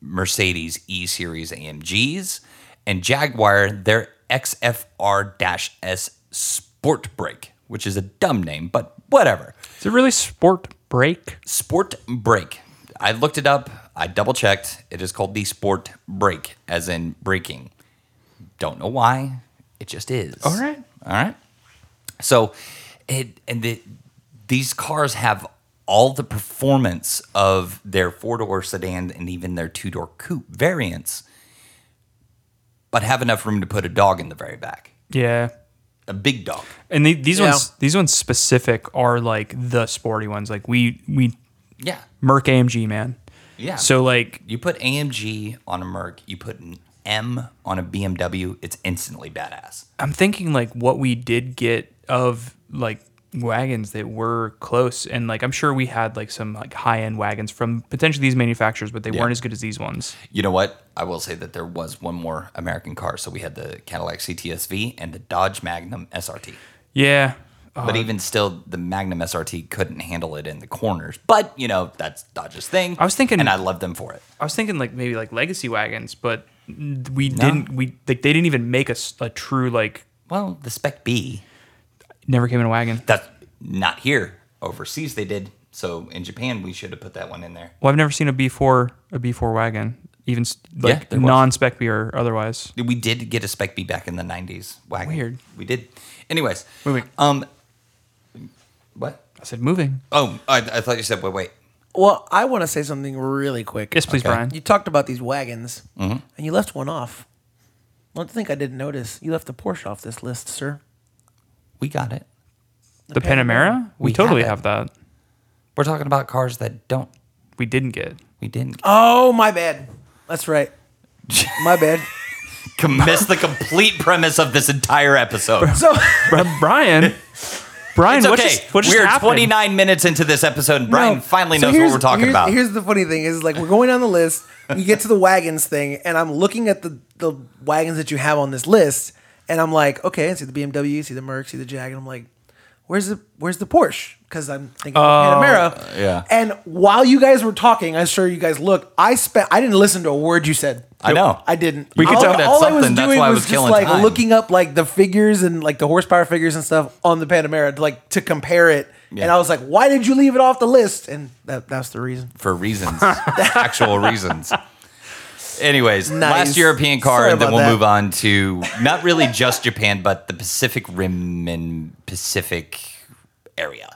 Speaker 1: Mercedes E Series AMGs, and Jaguar, their XFR S Sport Brake, which is a dumb name, but whatever.
Speaker 3: Is it really sport break?
Speaker 1: Sport Break. I looked it up. I double checked. It is called the Sport Break, as in breaking. Don't know why. It just is.
Speaker 3: All right.
Speaker 1: All right. So, it and the, these cars have all the performance of their four door sedan and even their two door coupe variants, but have enough room to put a dog in the very back,
Speaker 3: Yeah.
Speaker 1: a big dog.
Speaker 3: And the, these
Speaker 2: Yeah.
Speaker 3: ones these ones specific are like the sporty ones. Like we we
Speaker 1: Yeah.
Speaker 3: Merc AMG man.
Speaker 1: Yeah.
Speaker 3: So like
Speaker 1: You put AMG on a Merc, you put an M on a BMW, it's instantly badass.
Speaker 3: I'm thinking like what we did get of like wagons that were close and like I'm sure we had like some like high end wagons from potentially these manufacturers, but they weren't as good as these ones.
Speaker 1: You know what? I will say that there was one more American car. So we had the Cadillac CTSV and the Dodge Magnum SRT.
Speaker 3: Yeah. Uh,
Speaker 1: But even still, the Magnum SRT couldn't handle it in the corners. But, you know, that's Dodge's thing.
Speaker 3: I was thinking-
Speaker 1: And I love them for it.
Speaker 3: I was thinking like maybe like legacy wagons, but we didn't we like they didn't even make us a true like
Speaker 1: Well, the Spec B,
Speaker 3: never came in a wagon.
Speaker 1: that's not here. Overseas, they did. So in Japan, we should have put that one in there.
Speaker 3: Well, I've never seen a B4 a B4 wagon, even s- like
Speaker 1: there was.
Speaker 3: non spec B or otherwise.
Speaker 1: We did get a spec B back in the nineties. Wagon.
Speaker 3: Weird.
Speaker 1: We did. Anyways.
Speaker 3: Wait, wait.
Speaker 1: Um. What?
Speaker 3: I said moving.
Speaker 1: Oh, I, I thought you said wait, wait.
Speaker 2: Well, I want to say something really quick.
Speaker 3: Yes, please,
Speaker 1: Okay.
Speaker 3: Brian.
Speaker 2: You talked about these wagons, and you left one off. I don't think I didn't notice. You left the Porsche off this list, sir.
Speaker 1: We got it.
Speaker 3: The Panamera? We,
Speaker 1: We
Speaker 3: totally
Speaker 1: have
Speaker 3: have,
Speaker 1: it.
Speaker 3: that.
Speaker 1: We're talking about cars that don't.
Speaker 3: We didn't get.
Speaker 1: We didn't
Speaker 2: Oh, my bad. That's right. My bad.
Speaker 1: miss the complete premise of this entire episode.
Speaker 2: So,
Speaker 3: Bri- Brian. Brian,
Speaker 1: It's
Speaker 3: what
Speaker 1: okay.
Speaker 3: just what just
Speaker 1: we're
Speaker 3: happened?
Speaker 1: 29 minutes into this episode. and Brian
Speaker 2: no.
Speaker 1: finally
Speaker 2: So
Speaker 1: knows what
Speaker 2: here's-
Speaker 1: we're talking
Speaker 2: here's-
Speaker 1: about.
Speaker 2: Here's the funny thing: is like we're going down the list. You get to the wagons thing, and I'm looking at the the wagons that you have on this list, and I'm like, okay, I see the BMW, I see the Merc, I see the Jag, and I'm like, where's the where's the Porsche? Because I'm thinking of Panamera.
Speaker 1: Oh, yeah.
Speaker 2: And while you guys were talking, I'm sure you guys look. I spent. I didn't listen to a word you said.
Speaker 1: I know.
Speaker 2: I didn't.
Speaker 1: We could
Speaker 2: all,
Speaker 1: tell that's
Speaker 2: all I was
Speaker 1: something. That's
Speaker 2: doing
Speaker 1: why I
Speaker 2: was,
Speaker 1: was
Speaker 2: just
Speaker 1: killing
Speaker 2: like
Speaker 1: time.
Speaker 2: looking up like the figures and like the horsepower figures and stuff on the Panamera to, like to compare it. And
Speaker 1: Yeah.
Speaker 2: I was like, why did you leave it off the list? And that that's the reason.
Speaker 1: For reasons, actual reasons. Anyways,
Speaker 2: Nice.
Speaker 1: last European car,
Speaker 2: Sorry
Speaker 1: and then
Speaker 2: about
Speaker 1: we'll
Speaker 2: that.
Speaker 1: move on to not really just Japan, but the Pacific Rim and Pacific area.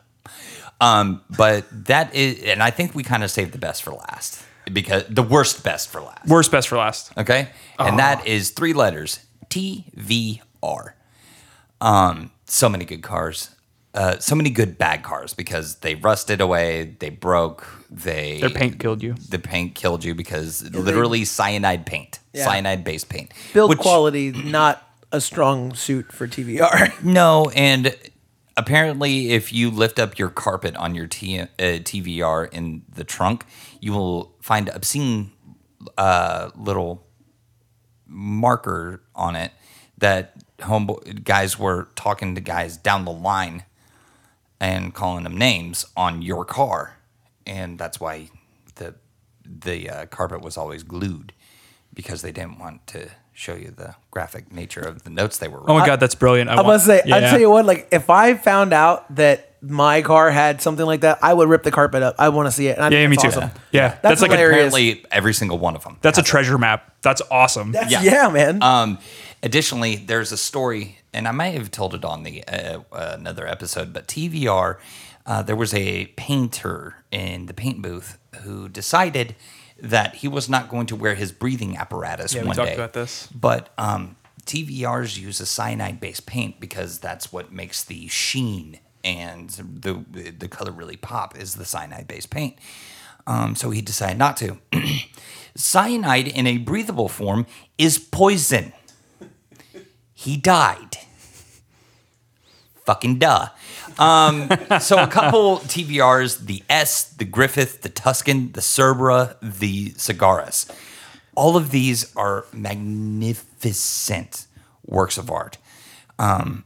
Speaker 1: Um, but that is, and I think we kind of saved the best for last because the worst best for last.
Speaker 3: Worst best for last.
Speaker 1: Okay. And
Speaker 3: Ah.
Speaker 1: that is three letters TVR. Um, so many good cars. Uh, so many good bad cars because they rusted away, they broke, they
Speaker 3: Their paint killed you.
Speaker 1: the paint killed you because literally cyanide paint,
Speaker 2: Yeah.
Speaker 1: cyanide based paint.
Speaker 2: Build
Speaker 1: Which-
Speaker 2: quality, not a strong suit for TVR.
Speaker 1: No, and apparently, if you lift up your carpet on your T- uh, TVR in the trunk, you will find obscene uh, little marker on it that homeboy guys were talking to guys down the line and calling them names on your car, and that's why the the uh, carpet was always glued because they didn't want to show you the graphic nature of the notes they were
Speaker 3: Oh
Speaker 1: writing.
Speaker 3: my god, that's brilliant! I,
Speaker 2: I must say,
Speaker 3: yeah.
Speaker 2: I tell you what, like if I found out that my car had something like that, I would rip the carpet up. I want to see it. And I
Speaker 3: yeah,
Speaker 2: think
Speaker 3: me
Speaker 2: it's
Speaker 3: too.
Speaker 2: awesome.
Speaker 3: Yeah, that's, like a,
Speaker 2: hilarious.
Speaker 1: Apparently, every single one of them.
Speaker 3: that's a treasure map. That's awesome.
Speaker 2: That's,
Speaker 1: Yeah.
Speaker 2: yeah. man.
Speaker 1: Um, additionally, there's a story, and I might have told it on the uh, another episode, but TVR, uh, there was a painter in the paint booth who decided that he was not going to wear his breathing apparatus
Speaker 3: Yeah, we
Speaker 1: one
Speaker 3: talked
Speaker 1: day.
Speaker 3: about this.
Speaker 1: But um, TVRs use a cyanide-based paint because that's what makes the sheen and the the color really pop is the cyanide-based paint. Um, so he decided not to. Cyanide in a breathable form is poison. He died. Fucking duh. Um, so a couple TVRs, the S, the Griffith, the Tuscan, the Cerbera, the Cigaris. All of these are magnificent works of art. Um,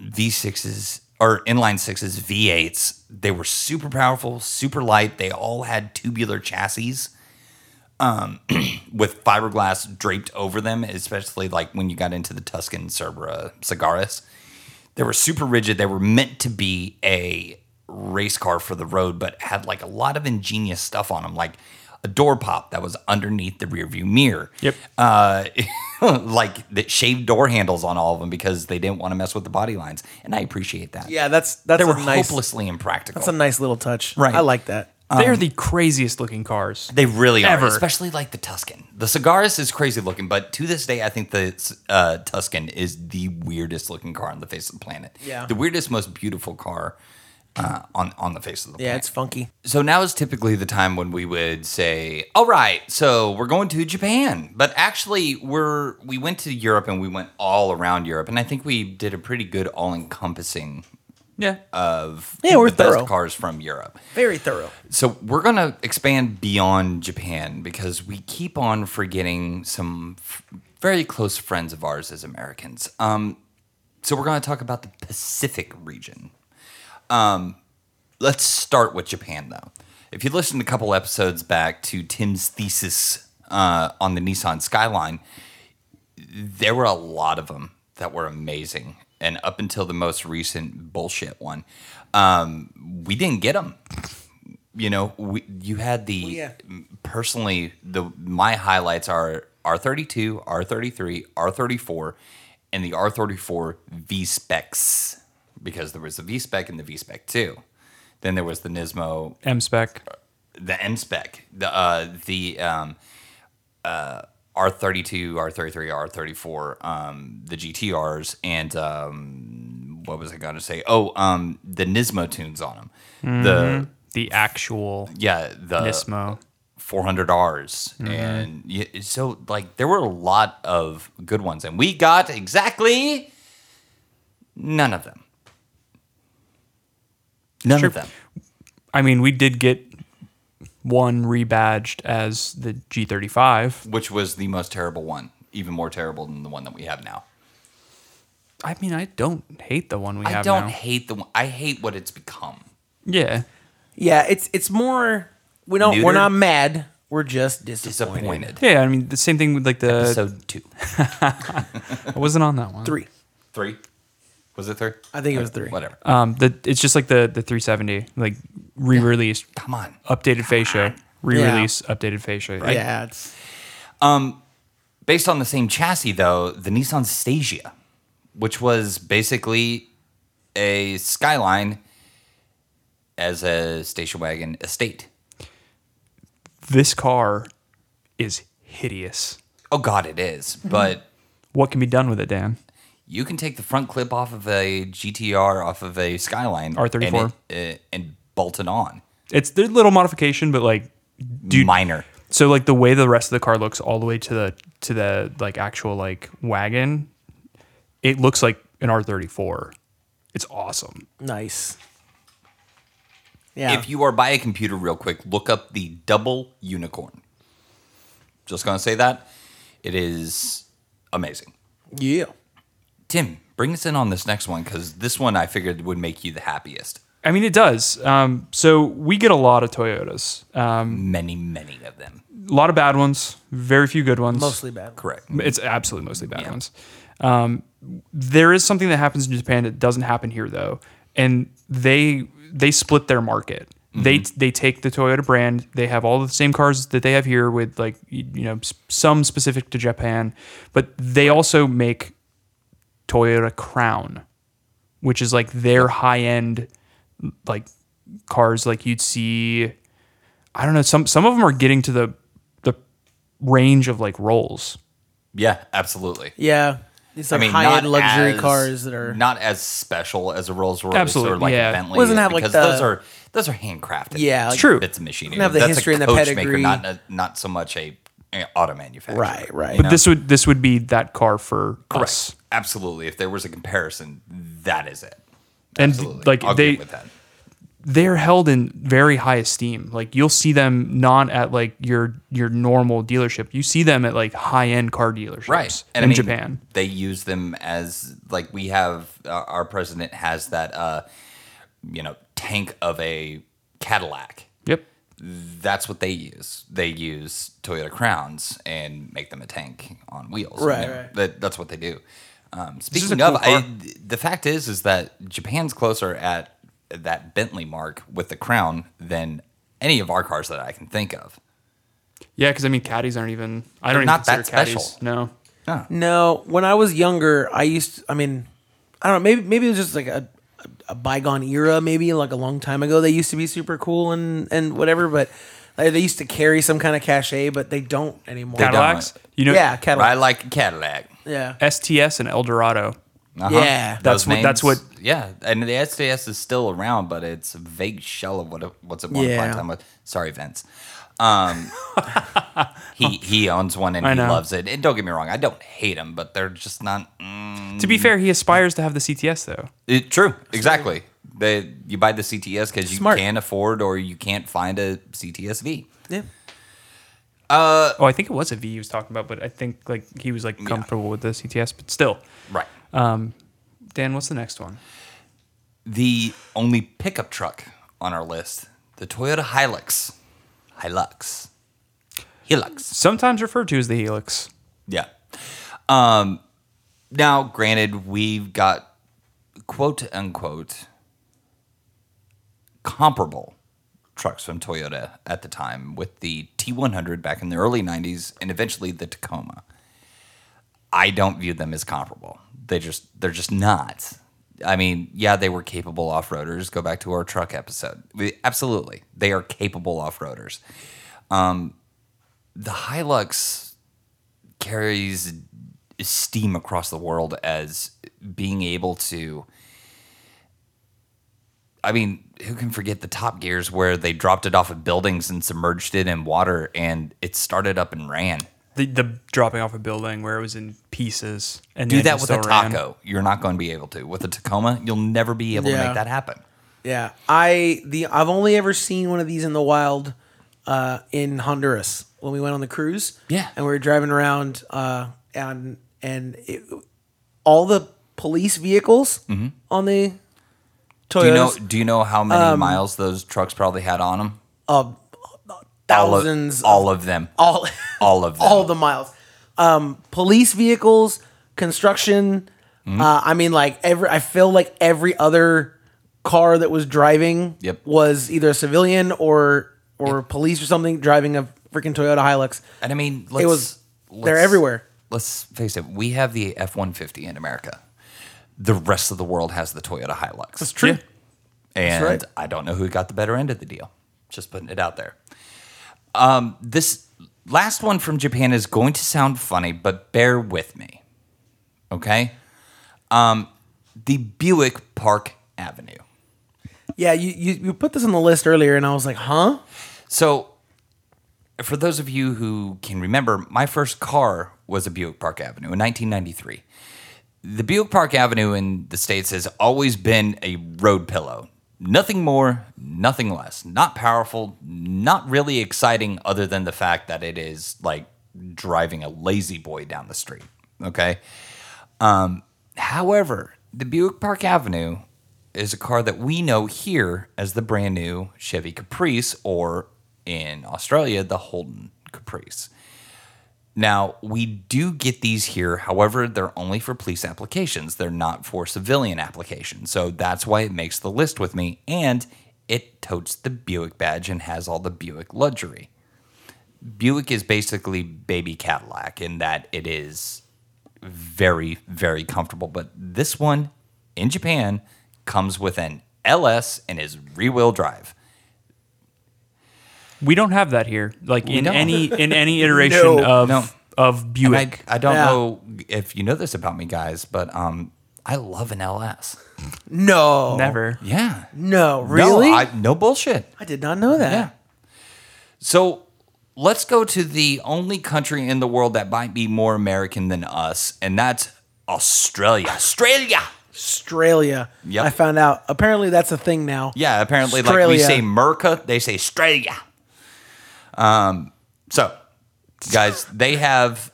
Speaker 1: V6s or inline sixes, V8s. They were super powerful, super light. They all had tubular chassis um, with fiberglass draped over them, especially like when you got into the Tuscan Cerbera Cigaris. They were super rigid. They were meant to be a race car for the road, but had like a lot of ingenious stuff on them, like a door pop that was underneath the rearview mirror.
Speaker 3: Yep.
Speaker 1: Uh, like that shaved door handles on all of them because they didn't want to mess with the body lines, and I appreciate that.
Speaker 2: yeah, that's that's
Speaker 1: they were
Speaker 2: a nice.
Speaker 1: hopelessly impractical.
Speaker 2: That's a nice little touch.
Speaker 1: Right.
Speaker 2: I like that.
Speaker 3: They are the craziest looking cars.
Speaker 1: They really
Speaker 3: Ever.
Speaker 1: are, especially like the Tuscan. The Cigaris is crazy looking, but to this day, I think the uh, Tuscan is the weirdest looking car on the face of the planet.
Speaker 2: Yeah.
Speaker 1: the weirdest, most beautiful car uh, on on the face of the
Speaker 2: Yeah,
Speaker 1: planet.
Speaker 2: it's funky.
Speaker 1: So now is typically the time when we would say, "All right, so we're going to Japan." But actually, we're we went to Europe and we went all around Europe, and I think we did a pretty good all encompassing
Speaker 3: Yeah,
Speaker 1: of
Speaker 2: Yeah, we're
Speaker 1: the best
Speaker 2: thorough.
Speaker 1: cars from Europe.
Speaker 2: Very thorough.
Speaker 1: So we're gonna expand beyond Japan because we keep on forgetting some f- very close friends of ours as Americans. Um, so we're gonna talk about the Pacific region. Um, let's start with Japan though. If you listened a couple episodes back to Tim's thesis uh, on the Nissan Skyline, there were a lot of them that were amazing. And up until the most recent bullshit one, um, we didn't get them. You know, we, you had the
Speaker 2: yeah.
Speaker 1: personally the my highlights are R32, R33, R34, and the R34 V specs because there was the V spec and the V spec two. Then there was the Nismo
Speaker 3: M spec.
Speaker 1: the M spec, the uh, the um, uh, R thirty two, R thirty three, R thirty four, um, the GTRs, and um, what was I gonna say? Oh, um, the Nismo tunes on them. The
Speaker 3: The actual
Speaker 1: yeah, the
Speaker 3: Mm-hmm. Nismo. Mm-hmm.
Speaker 1: four hundred Rs, and y- so like there were a lot of good ones, and we got exactly none of them. None of
Speaker 3: Sure.
Speaker 1: them.
Speaker 3: I mean, we did get one rebadged as the G35.
Speaker 1: which was the most terrible one, even more terrible than the one that we have now.
Speaker 3: I mean, I don't hate the one we
Speaker 1: I
Speaker 3: have
Speaker 1: don't
Speaker 3: now.
Speaker 1: hate the one. I hate what it's become.
Speaker 3: yeah,
Speaker 2: Yeah, it's it's more. We don't. We're
Speaker 1: Neutered?
Speaker 2: not mad. We're just disappointed.
Speaker 1: Disappointed.
Speaker 3: yeah. I mean, the same thing with like the.
Speaker 1: Episode two,
Speaker 3: I wasn't on that one.
Speaker 2: Three.
Speaker 1: three, was it three? Uh,
Speaker 2: I think it was three.
Speaker 1: Whatever.
Speaker 3: Um, the it's just like the the 370, like re-released,
Speaker 1: Come on.
Speaker 3: updated fascia, re-release, updated fascia. I-
Speaker 2: Yeah, it's
Speaker 1: Based on the same chassis, though, the Nissan Stasia, which was basically a Skyline as a station wagon estate.
Speaker 3: this car is hideous.
Speaker 1: Oh God, it is.
Speaker 2: Mm-hmm.
Speaker 1: But
Speaker 3: What can be done with it, Dan?
Speaker 1: you can take the front clip off of a GTR, off of a Skyline
Speaker 3: R34.
Speaker 1: and, it- uh, and bolt it on.
Speaker 3: It's there's little modification, but like Dude.
Speaker 1: Minor.
Speaker 3: so like the way the rest of the car looks all the way to the to the like actual like wagon, it looks like an R34. It's awesome.
Speaker 2: nice. Yeah.
Speaker 1: If you are by a computer, real quick, look up the double unicorn. Just gonna say that it is amazing.
Speaker 2: yeah.
Speaker 1: Tim, bring us in on this next one because this one I figured would make you the happiest.
Speaker 3: I mean, it does. Um, so we get a lot of Toyotas, um,
Speaker 1: Many, many of them.
Speaker 3: a lot of bad ones, very few good ones.
Speaker 2: Mostly bad.
Speaker 1: Correct.
Speaker 3: It's absolutely mostly bad ones. Um, there is something that happens in Japan that doesn't happen here though, and they they split their market. They they take the Toyota brand. They have all the same cars that they have here, with like y- you know s- some specific to Japan, but they also make Toyota Crown, which is like their high end like cars like you'd see I don't know some some of them are getting to the the range of like Rolls.
Speaker 1: Yeah, absolutely.
Speaker 2: Yeah. It's like
Speaker 1: I mean,
Speaker 2: high end
Speaker 1: not
Speaker 2: luxury
Speaker 1: as-
Speaker 2: cars that are.
Speaker 1: not as special as a Rolls Royce
Speaker 3: Absolutely,
Speaker 1: or like
Speaker 3: yeah.
Speaker 1: a Bentley.
Speaker 2: Doesn't have, like,
Speaker 1: because
Speaker 2: the-
Speaker 1: those are those are handcrafted.
Speaker 2: Yeah,
Speaker 1: it's
Speaker 2: like-
Speaker 3: True.
Speaker 1: It's a machine.
Speaker 2: have the history and the pedigree.
Speaker 1: not a, not so much a, a auto manufacturer.
Speaker 2: Right, right.
Speaker 1: You
Speaker 3: But
Speaker 1: know?
Speaker 3: this would this would be that car for
Speaker 1: Correct.
Speaker 3: us.
Speaker 1: Absolutely. If there was a comparison, that is it.
Speaker 3: And
Speaker 1: Absolutely.
Speaker 3: like
Speaker 1: I'll
Speaker 3: they
Speaker 1: give with that.
Speaker 3: they're held in very high esteem. Like you'll see them not at like your your normal dealership. You see them at like high end car dealerships
Speaker 1: right
Speaker 3: in
Speaker 1: I mean,
Speaker 3: Japan.
Speaker 1: they use them as like we have uh, our president has that uh you know tank of a cadillac
Speaker 3: Yep.
Speaker 1: that's what they use they use toyota crowns and make them a tank on wheels
Speaker 2: Right,
Speaker 1: you know?
Speaker 2: right.
Speaker 1: That, that's what they do um,
Speaker 3: is
Speaker 1: speaking
Speaker 3: a
Speaker 1: of
Speaker 3: cool
Speaker 1: I,
Speaker 3: car.
Speaker 1: the fact is is that japan's closer at that bentley mark with the crown than any of our cars that i can think of
Speaker 3: Yeah, because I mean caddies aren't even. I don't even
Speaker 1: not that
Speaker 3: consider caddies.
Speaker 1: special.
Speaker 3: No.
Speaker 2: No, when I was younger, I used. I mean, I don't know. Maybe maybe it was just like a, a bygone era. Maybe like a long time ago, they used to be super cool and and whatever. But like, they used to carry some kind of cachet, but they don't anymore.
Speaker 1: They don't. Eh.
Speaker 3: Cadillacs. You know.
Speaker 2: Yeah, Cadillac.
Speaker 1: i like a cadillac
Speaker 2: Yeah,
Speaker 3: STS and Eldorado.
Speaker 1: Uh-huh.
Speaker 2: Yeah.
Speaker 3: That's what- that's what-
Speaker 1: Yeah, and the SDS is still around, but it's a vague shell of what it, what's at one point
Speaker 2: Yeah.
Speaker 1: in time. was. Sorry, Vince. Um, he he owns one and
Speaker 3: I
Speaker 1: he
Speaker 3: know.
Speaker 1: loves it. And don't get me wrong, I don't hate him, but they're just not. Mm,
Speaker 3: To be fair, he aspires to have the CTS though.
Speaker 1: it, true, exactly. They you buy the CTS because you
Speaker 2: Smart.
Speaker 1: can't afford or you can't find a CTSV.
Speaker 2: yeah.
Speaker 3: Oh, I think it was a V he was talking about, but I think like he was like comfortable with the CTS, but still.
Speaker 1: Right.
Speaker 3: Dan, what's the next one?
Speaker 1: the only pickup truck on our list, the Toyota Hilux. Hilux. Hilux.
Speaker 3: Sometimes referred to as the Helix.
Speaker 1: Yeah. Um, now, granted, we've got quote unquote comparable trucks from Toyota at the time with the T100 back in the early 90s and eventually the Tacoma. I don't view them as comparable. They just they're just not. I mean, yeah, they were capable off-roaders. Go back to our truck episode. We, absolutely. They are capable off-roaders. Um, the Hilux carries steam across the world as being able to I mean, who can forget the Top Gears where they dropped it off of buildings and submerged it in water and it started up and ran.
Speaker 3: The, the dropping off a building where it was in pieces and
Speaker 1: Do
Speaker 3: the
Speaker 1: that
Speaker 3: engine
Speaker 1: with a
Speaker 3: still ran.
Speaker 1: taco. You're not going to be able to. With a Tacoma, you'll never be able to
Speaker 2: Yeah.
Speaker 1: make that happen.
Speaker 2: Yeah, I the I've only ever seen one of these in the wild, uh, in Honduras when we went on the cruise.
Speaker 1: Yeah.
Speaker 2: and we were driving around, uh, and and it, all the police vehicles on the Toyotas,
Speaker 1: Mm-hmm. Do you know? Do you know how many
Speaker 2: um,
Speaker 1: miles those trucks probably had on them?
Speaker 2: thousands, all
Speaker 1: all of, all of them,
Speaker 2: all,
Speaker 1: all of them.
Speaker 2: all the miles, um, police vehicles, construction.
Speaker 1: Mm-hmm.
Speaker 2: Uh, I mean, like every I feel like every other car that was driving
Speaker 1: Yep.
Speaker 2: was either a civilian or or police or something driving a freaking Toyota Hilux.
Speaker 1: and I mean, let's,
Speaker 2: it was they're
Speaker 1: let's-
Speaker 2: everywhere.
Speaker 1: Let's face it. We have the F one fifty in America. The rest of the world has the Toyota Hilux. That's
Speaker 3: true. Yeah.
Speaker 1: And
Speaker 2: right.
Speaker 1: I don't know who got the better end of the deal. Just putting it out there. Um, this last one from Japan is going to sound funny, but bear with me. Okay? Um, the Buick Park Avenue.
Speaker 2: Yeah, you, you you put this on the list earlier, and I was like, huh?
Speaker 1: So, for those of you who can remember, my first car was a Buick Park Avenue in 1993. The Buick Park Avenue in the States has always been a road pillow. Nothing more, nothing less. Not powerful, not really exciting, other than the fact that it is like driving a lazy boy down the street. Okay. Um, However, the Buick Park Avenue is a car that we know here as the brand new Chevy Caprice, or in Australia, the Holden Caprice. Now, we do get these here. However, they're only for police applications. They're not for civilian applications. So that's why it makes the list with me. And it totes the Buick badge and has all the Buick luxury. Buick is basically baby Cadillac in that it is very, very comfortable. But this one in Japan comes with an LS and is rear wheel drive.
Speaker 3: We don't have that here. Like in
Speaker 1: don't.
Speaker 3: any in any iteration
Speaker 2: No.
Speaker 3: of
Speaker 1: No.
Speaker 3: of
Speaker 1: And
Speaker 3: Buick.
Speaker 1: I, I don't
Speaker 2: Yeah.
Speaker 1: know if you know this about me, guys, but um, I love an LS.
Speaker 2: No.
Speaker 3: Never.
Speaker 1: Yeah.
Speaker 2: No, really?
Speaker 1: No,
Speaker 2: I,
Speaker 1: I, no bullshit.
Speaker 2: did not know that.
Speaker 1: Yeah. So let's go to the only country in the world that might be more American than us, and that's Australia. Australia.
Speaker 2: Australia.
Speaker 1: Yep.
Speaker 2: I found out. Apparently that's a thing now.
Speaker 1: Yeah, apparently, like we
Speaker 2: Australia.
Speaker 1: say Merca, they say Australia. Um, so, guys, they have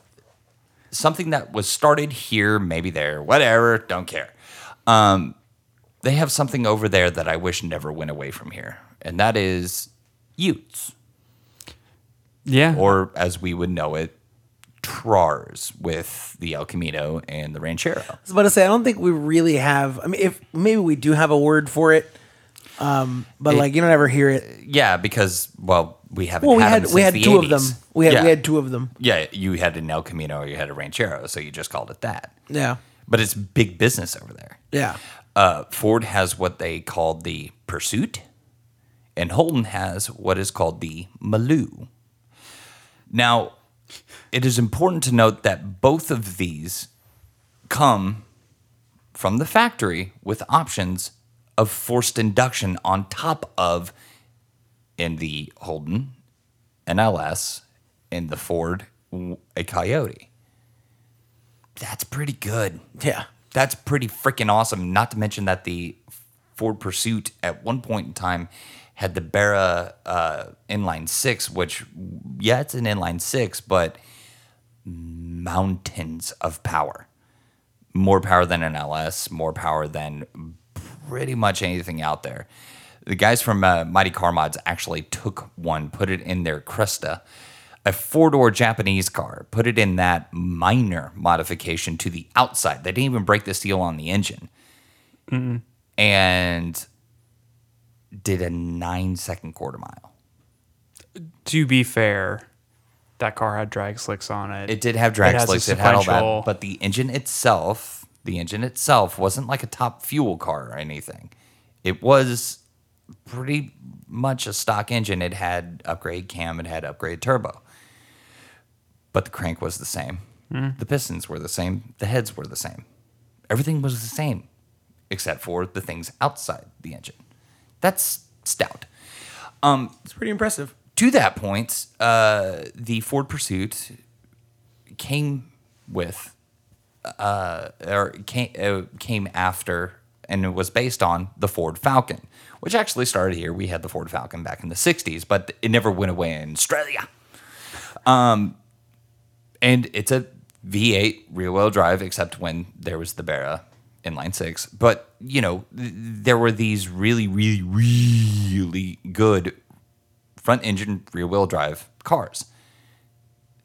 Speaker 1: something that was started here, maybe there, whatever, don't care. Um, they have something over there that I wish never went away from here, and that is Utes,
Speaker 3: Yeah.
Speaker 1: or as we would know it, Trars with the El Camino and the Ranchero.
Speaker 2: I was about to say, I don't think we really have. I mean, if maybe we do have a word for it, um, but like you don't ever hear it.
Speaker 1: Yeah, because well, we haven't
Speaker 2: Well, we
Speaker 1: had,
Speaker 2: had
Speaker 1: them
Speaker 2: we
Speaker 1: since
Speaker 2: had
Speaker 1: the
Speaker 2: two of
Speaker 1: 80s.
Speaker 2: them. We had
Speaker 1: Yeah.
Speaker 2: we had two of them.
Speaker 1: yeah, you had an El Camino or you had a Ranchero, so you just called it that.
Speaker 2: Yeah,
Speaker 1: But it's big business over there.
Speaker 2: yeah.
Speaker 1: Uh, Ford has what they call the Pursuit, and Holden has what is called the Maloo. Now, it is important to note that both of these come from the factory with options of forced induction on top of in the Holden, an LS, in the Ford, a Coyote. That's pretty good.
Speaker 2: Yeah.
Speaker 1: That's pretty freaking awesome. Not to mention that the Ford Pursuit at one point in time had the Barra uh, inline six, which, yeah, it's an inline six, but mountains of power. More power than an LS, more power than pretty much anything out there. The guys from uh, Mighty Car Mods actually took one, put it in their Cresta, a four door Japanese car, put it in that minor modification to the outside. They didn't even break the seal on the engine. And did a nine second quarter mile.
Speaker 3: To be fair, that car had drag slicks on it.
Speaker 1: It did have drag
Speaker 3: It has a
Speaker 1: slicks. It had all
Speaker 3: sequential-
Speaker 1: that, but the engine itself, the engine itself, wasn't like a top fuel car or anything. It was pretty much a stock engine. It had upgrade cam. It had upgrade turbo. But the crank was the same.
Speaker 3: Hmm.
Speaker 1: The pistons were the same. The heads were the same. Everything was the same, except for the things outside the engine. That's stout Um,
Speaker 2: It's pretty impressive.
Speaker 1: to that point, uh, the Ford Pursuit came with, uh, or came, uh, came after, and it was based on the Ford Falcon, which actually started here. We had the Ford Falcon back in the 60s, but it never went away in Australia. Um, and it's a V8 rear wheel drive, except when there was the Barra inline six. But, you know, th- there were these really, really, really good front engine rear wheel drive cars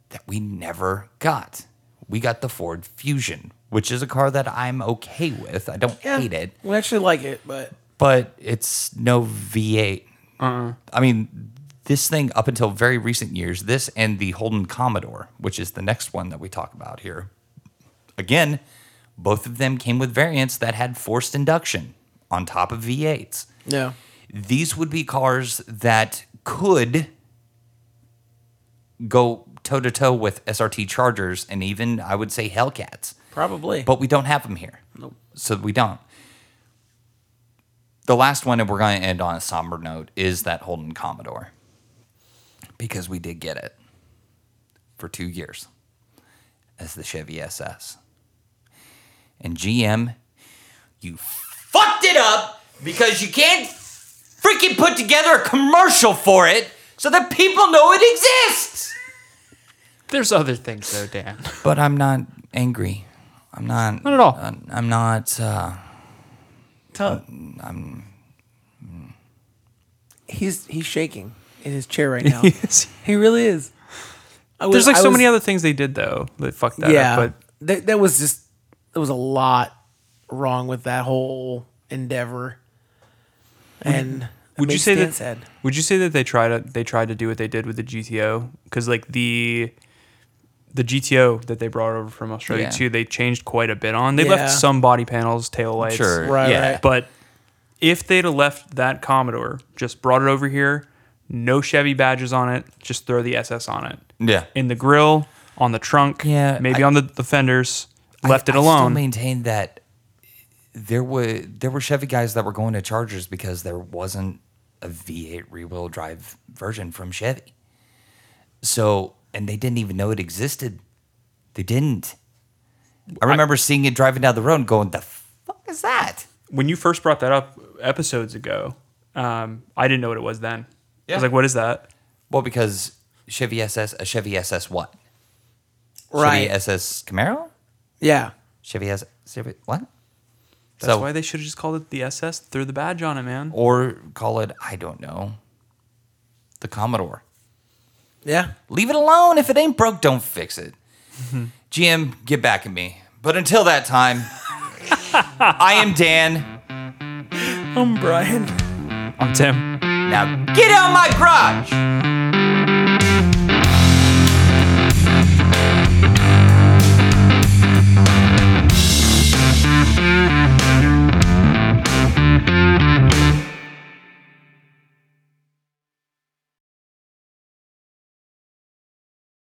Speaker 1: that we never got. We got the Ford Fusion, which is a car that I'm okay with. I don't
Speaker 2: Yeah.
Speaker 1: hate it,
Speaker 2: We actually like it, but
Speaker 1: but it's no V8. I mean, this thing up until very recent years, this and the Holden Commodore, which is the next one that we talk about here. Again, both of them came with variants that had forced induction on top of V8s
Speaker 2: yeah.
Speaker 1: these would be cars that could go toe to toe with SRT Chargers and even I would say Hellcats,
Speaker 2: Probably.
Speaker 1: but we don't have them here. Nope. So we don't. The last one, and we're going to end on a somber note, is that Holden Commodore because we did get it for two years as the Chevy SS. And GM, you fucked it up because you can't freaking put together a commercial for it so that people know it exists.
Speaker 3: There's other things though, Dan.
Speaker 1: But I'm not angry. I'm not.
Speaker 3: Not at all.
Speaker 1: I'm, I'm not. Uh,
Speaker 2: Tough. I'm. He's he's shaking in his chair right now. he really is. I was-
Speaker 3: There's like
Speaker 2: I
Speaker 3: so
Speaker 2: was-
Speaker 3: many other things they did though that fucked that
Speaker 2: yeah,
Speaker 3: up.
Speaker 2: that that was just there was a lot wrong with that whole endeavor. And
Speaker 3: But would you say that?
Speaker 2: said
Speaker 3: Would you say that they tried to they tried to do what they did with the GTO? Because like the the GTO that they brought over from Australia
Speaker 1: Yeah.
Speaker 3: too, they changed quite a bit on. They
Speaker 2: Yeah.
Speaker 3: left some body panels, tail lights,
Speaker 1: sure.
Speaker 2: Right,
Speaker 1: yeah.
Speaker 2: right.
Speaker 3: But if they'd have left that Commodore, just brought it over here, no Chevy badges on it, just throw the SS on it.
Speaker 1: Yeah.
Speaker 3: In the grill, on the trunk,
Speaker 1: Yeah,
Speaker 3: maybe
Speaker 1: I-
Speaker 3: on the, the fenders, left
Speaker 1: I-
Speaker 3: it
Speaker 1: I still
Speaker 3: alone.
Speaker 1: maintained that there were there were Chevy guys that were going to Chargers because there wasn't a V8 rear-wheel drive version from Chevy. So, and they didn't even know it existed. They didn't. I remember seeing it driving down the road and going, "The fuck is that?"
Speaker 3: when you first brought that up episodes ago, um, I didn't know what it was then. I
Speaker 1: Yeah.
Speaker 3: was like, what is that?
Speaker 1: Well, because Chevy SS, a Chevy SS what? Chevy
Speaker 2: right?
Speaker 1: SS Camaro?
Speaker 2: Yeah,
Speaker 1: Chevy SS Chevy, what?
Speaker 3: That's
Speaker 1: So-
Speaker 3: why they should have just called it the SS, threw the badge on it, man.
Speaker 1: Or call it, I don't know, the Commodore.
Speaker 2: yeah.
Speaker 1: Leave it alone. If it ain't broke, don't fix it. GM, get back at me. But until that time, I am Dan.
Speaker 2: I'm Brian.
Speaker 3: I'm Tim.
Speaker 1: Now get out my garage.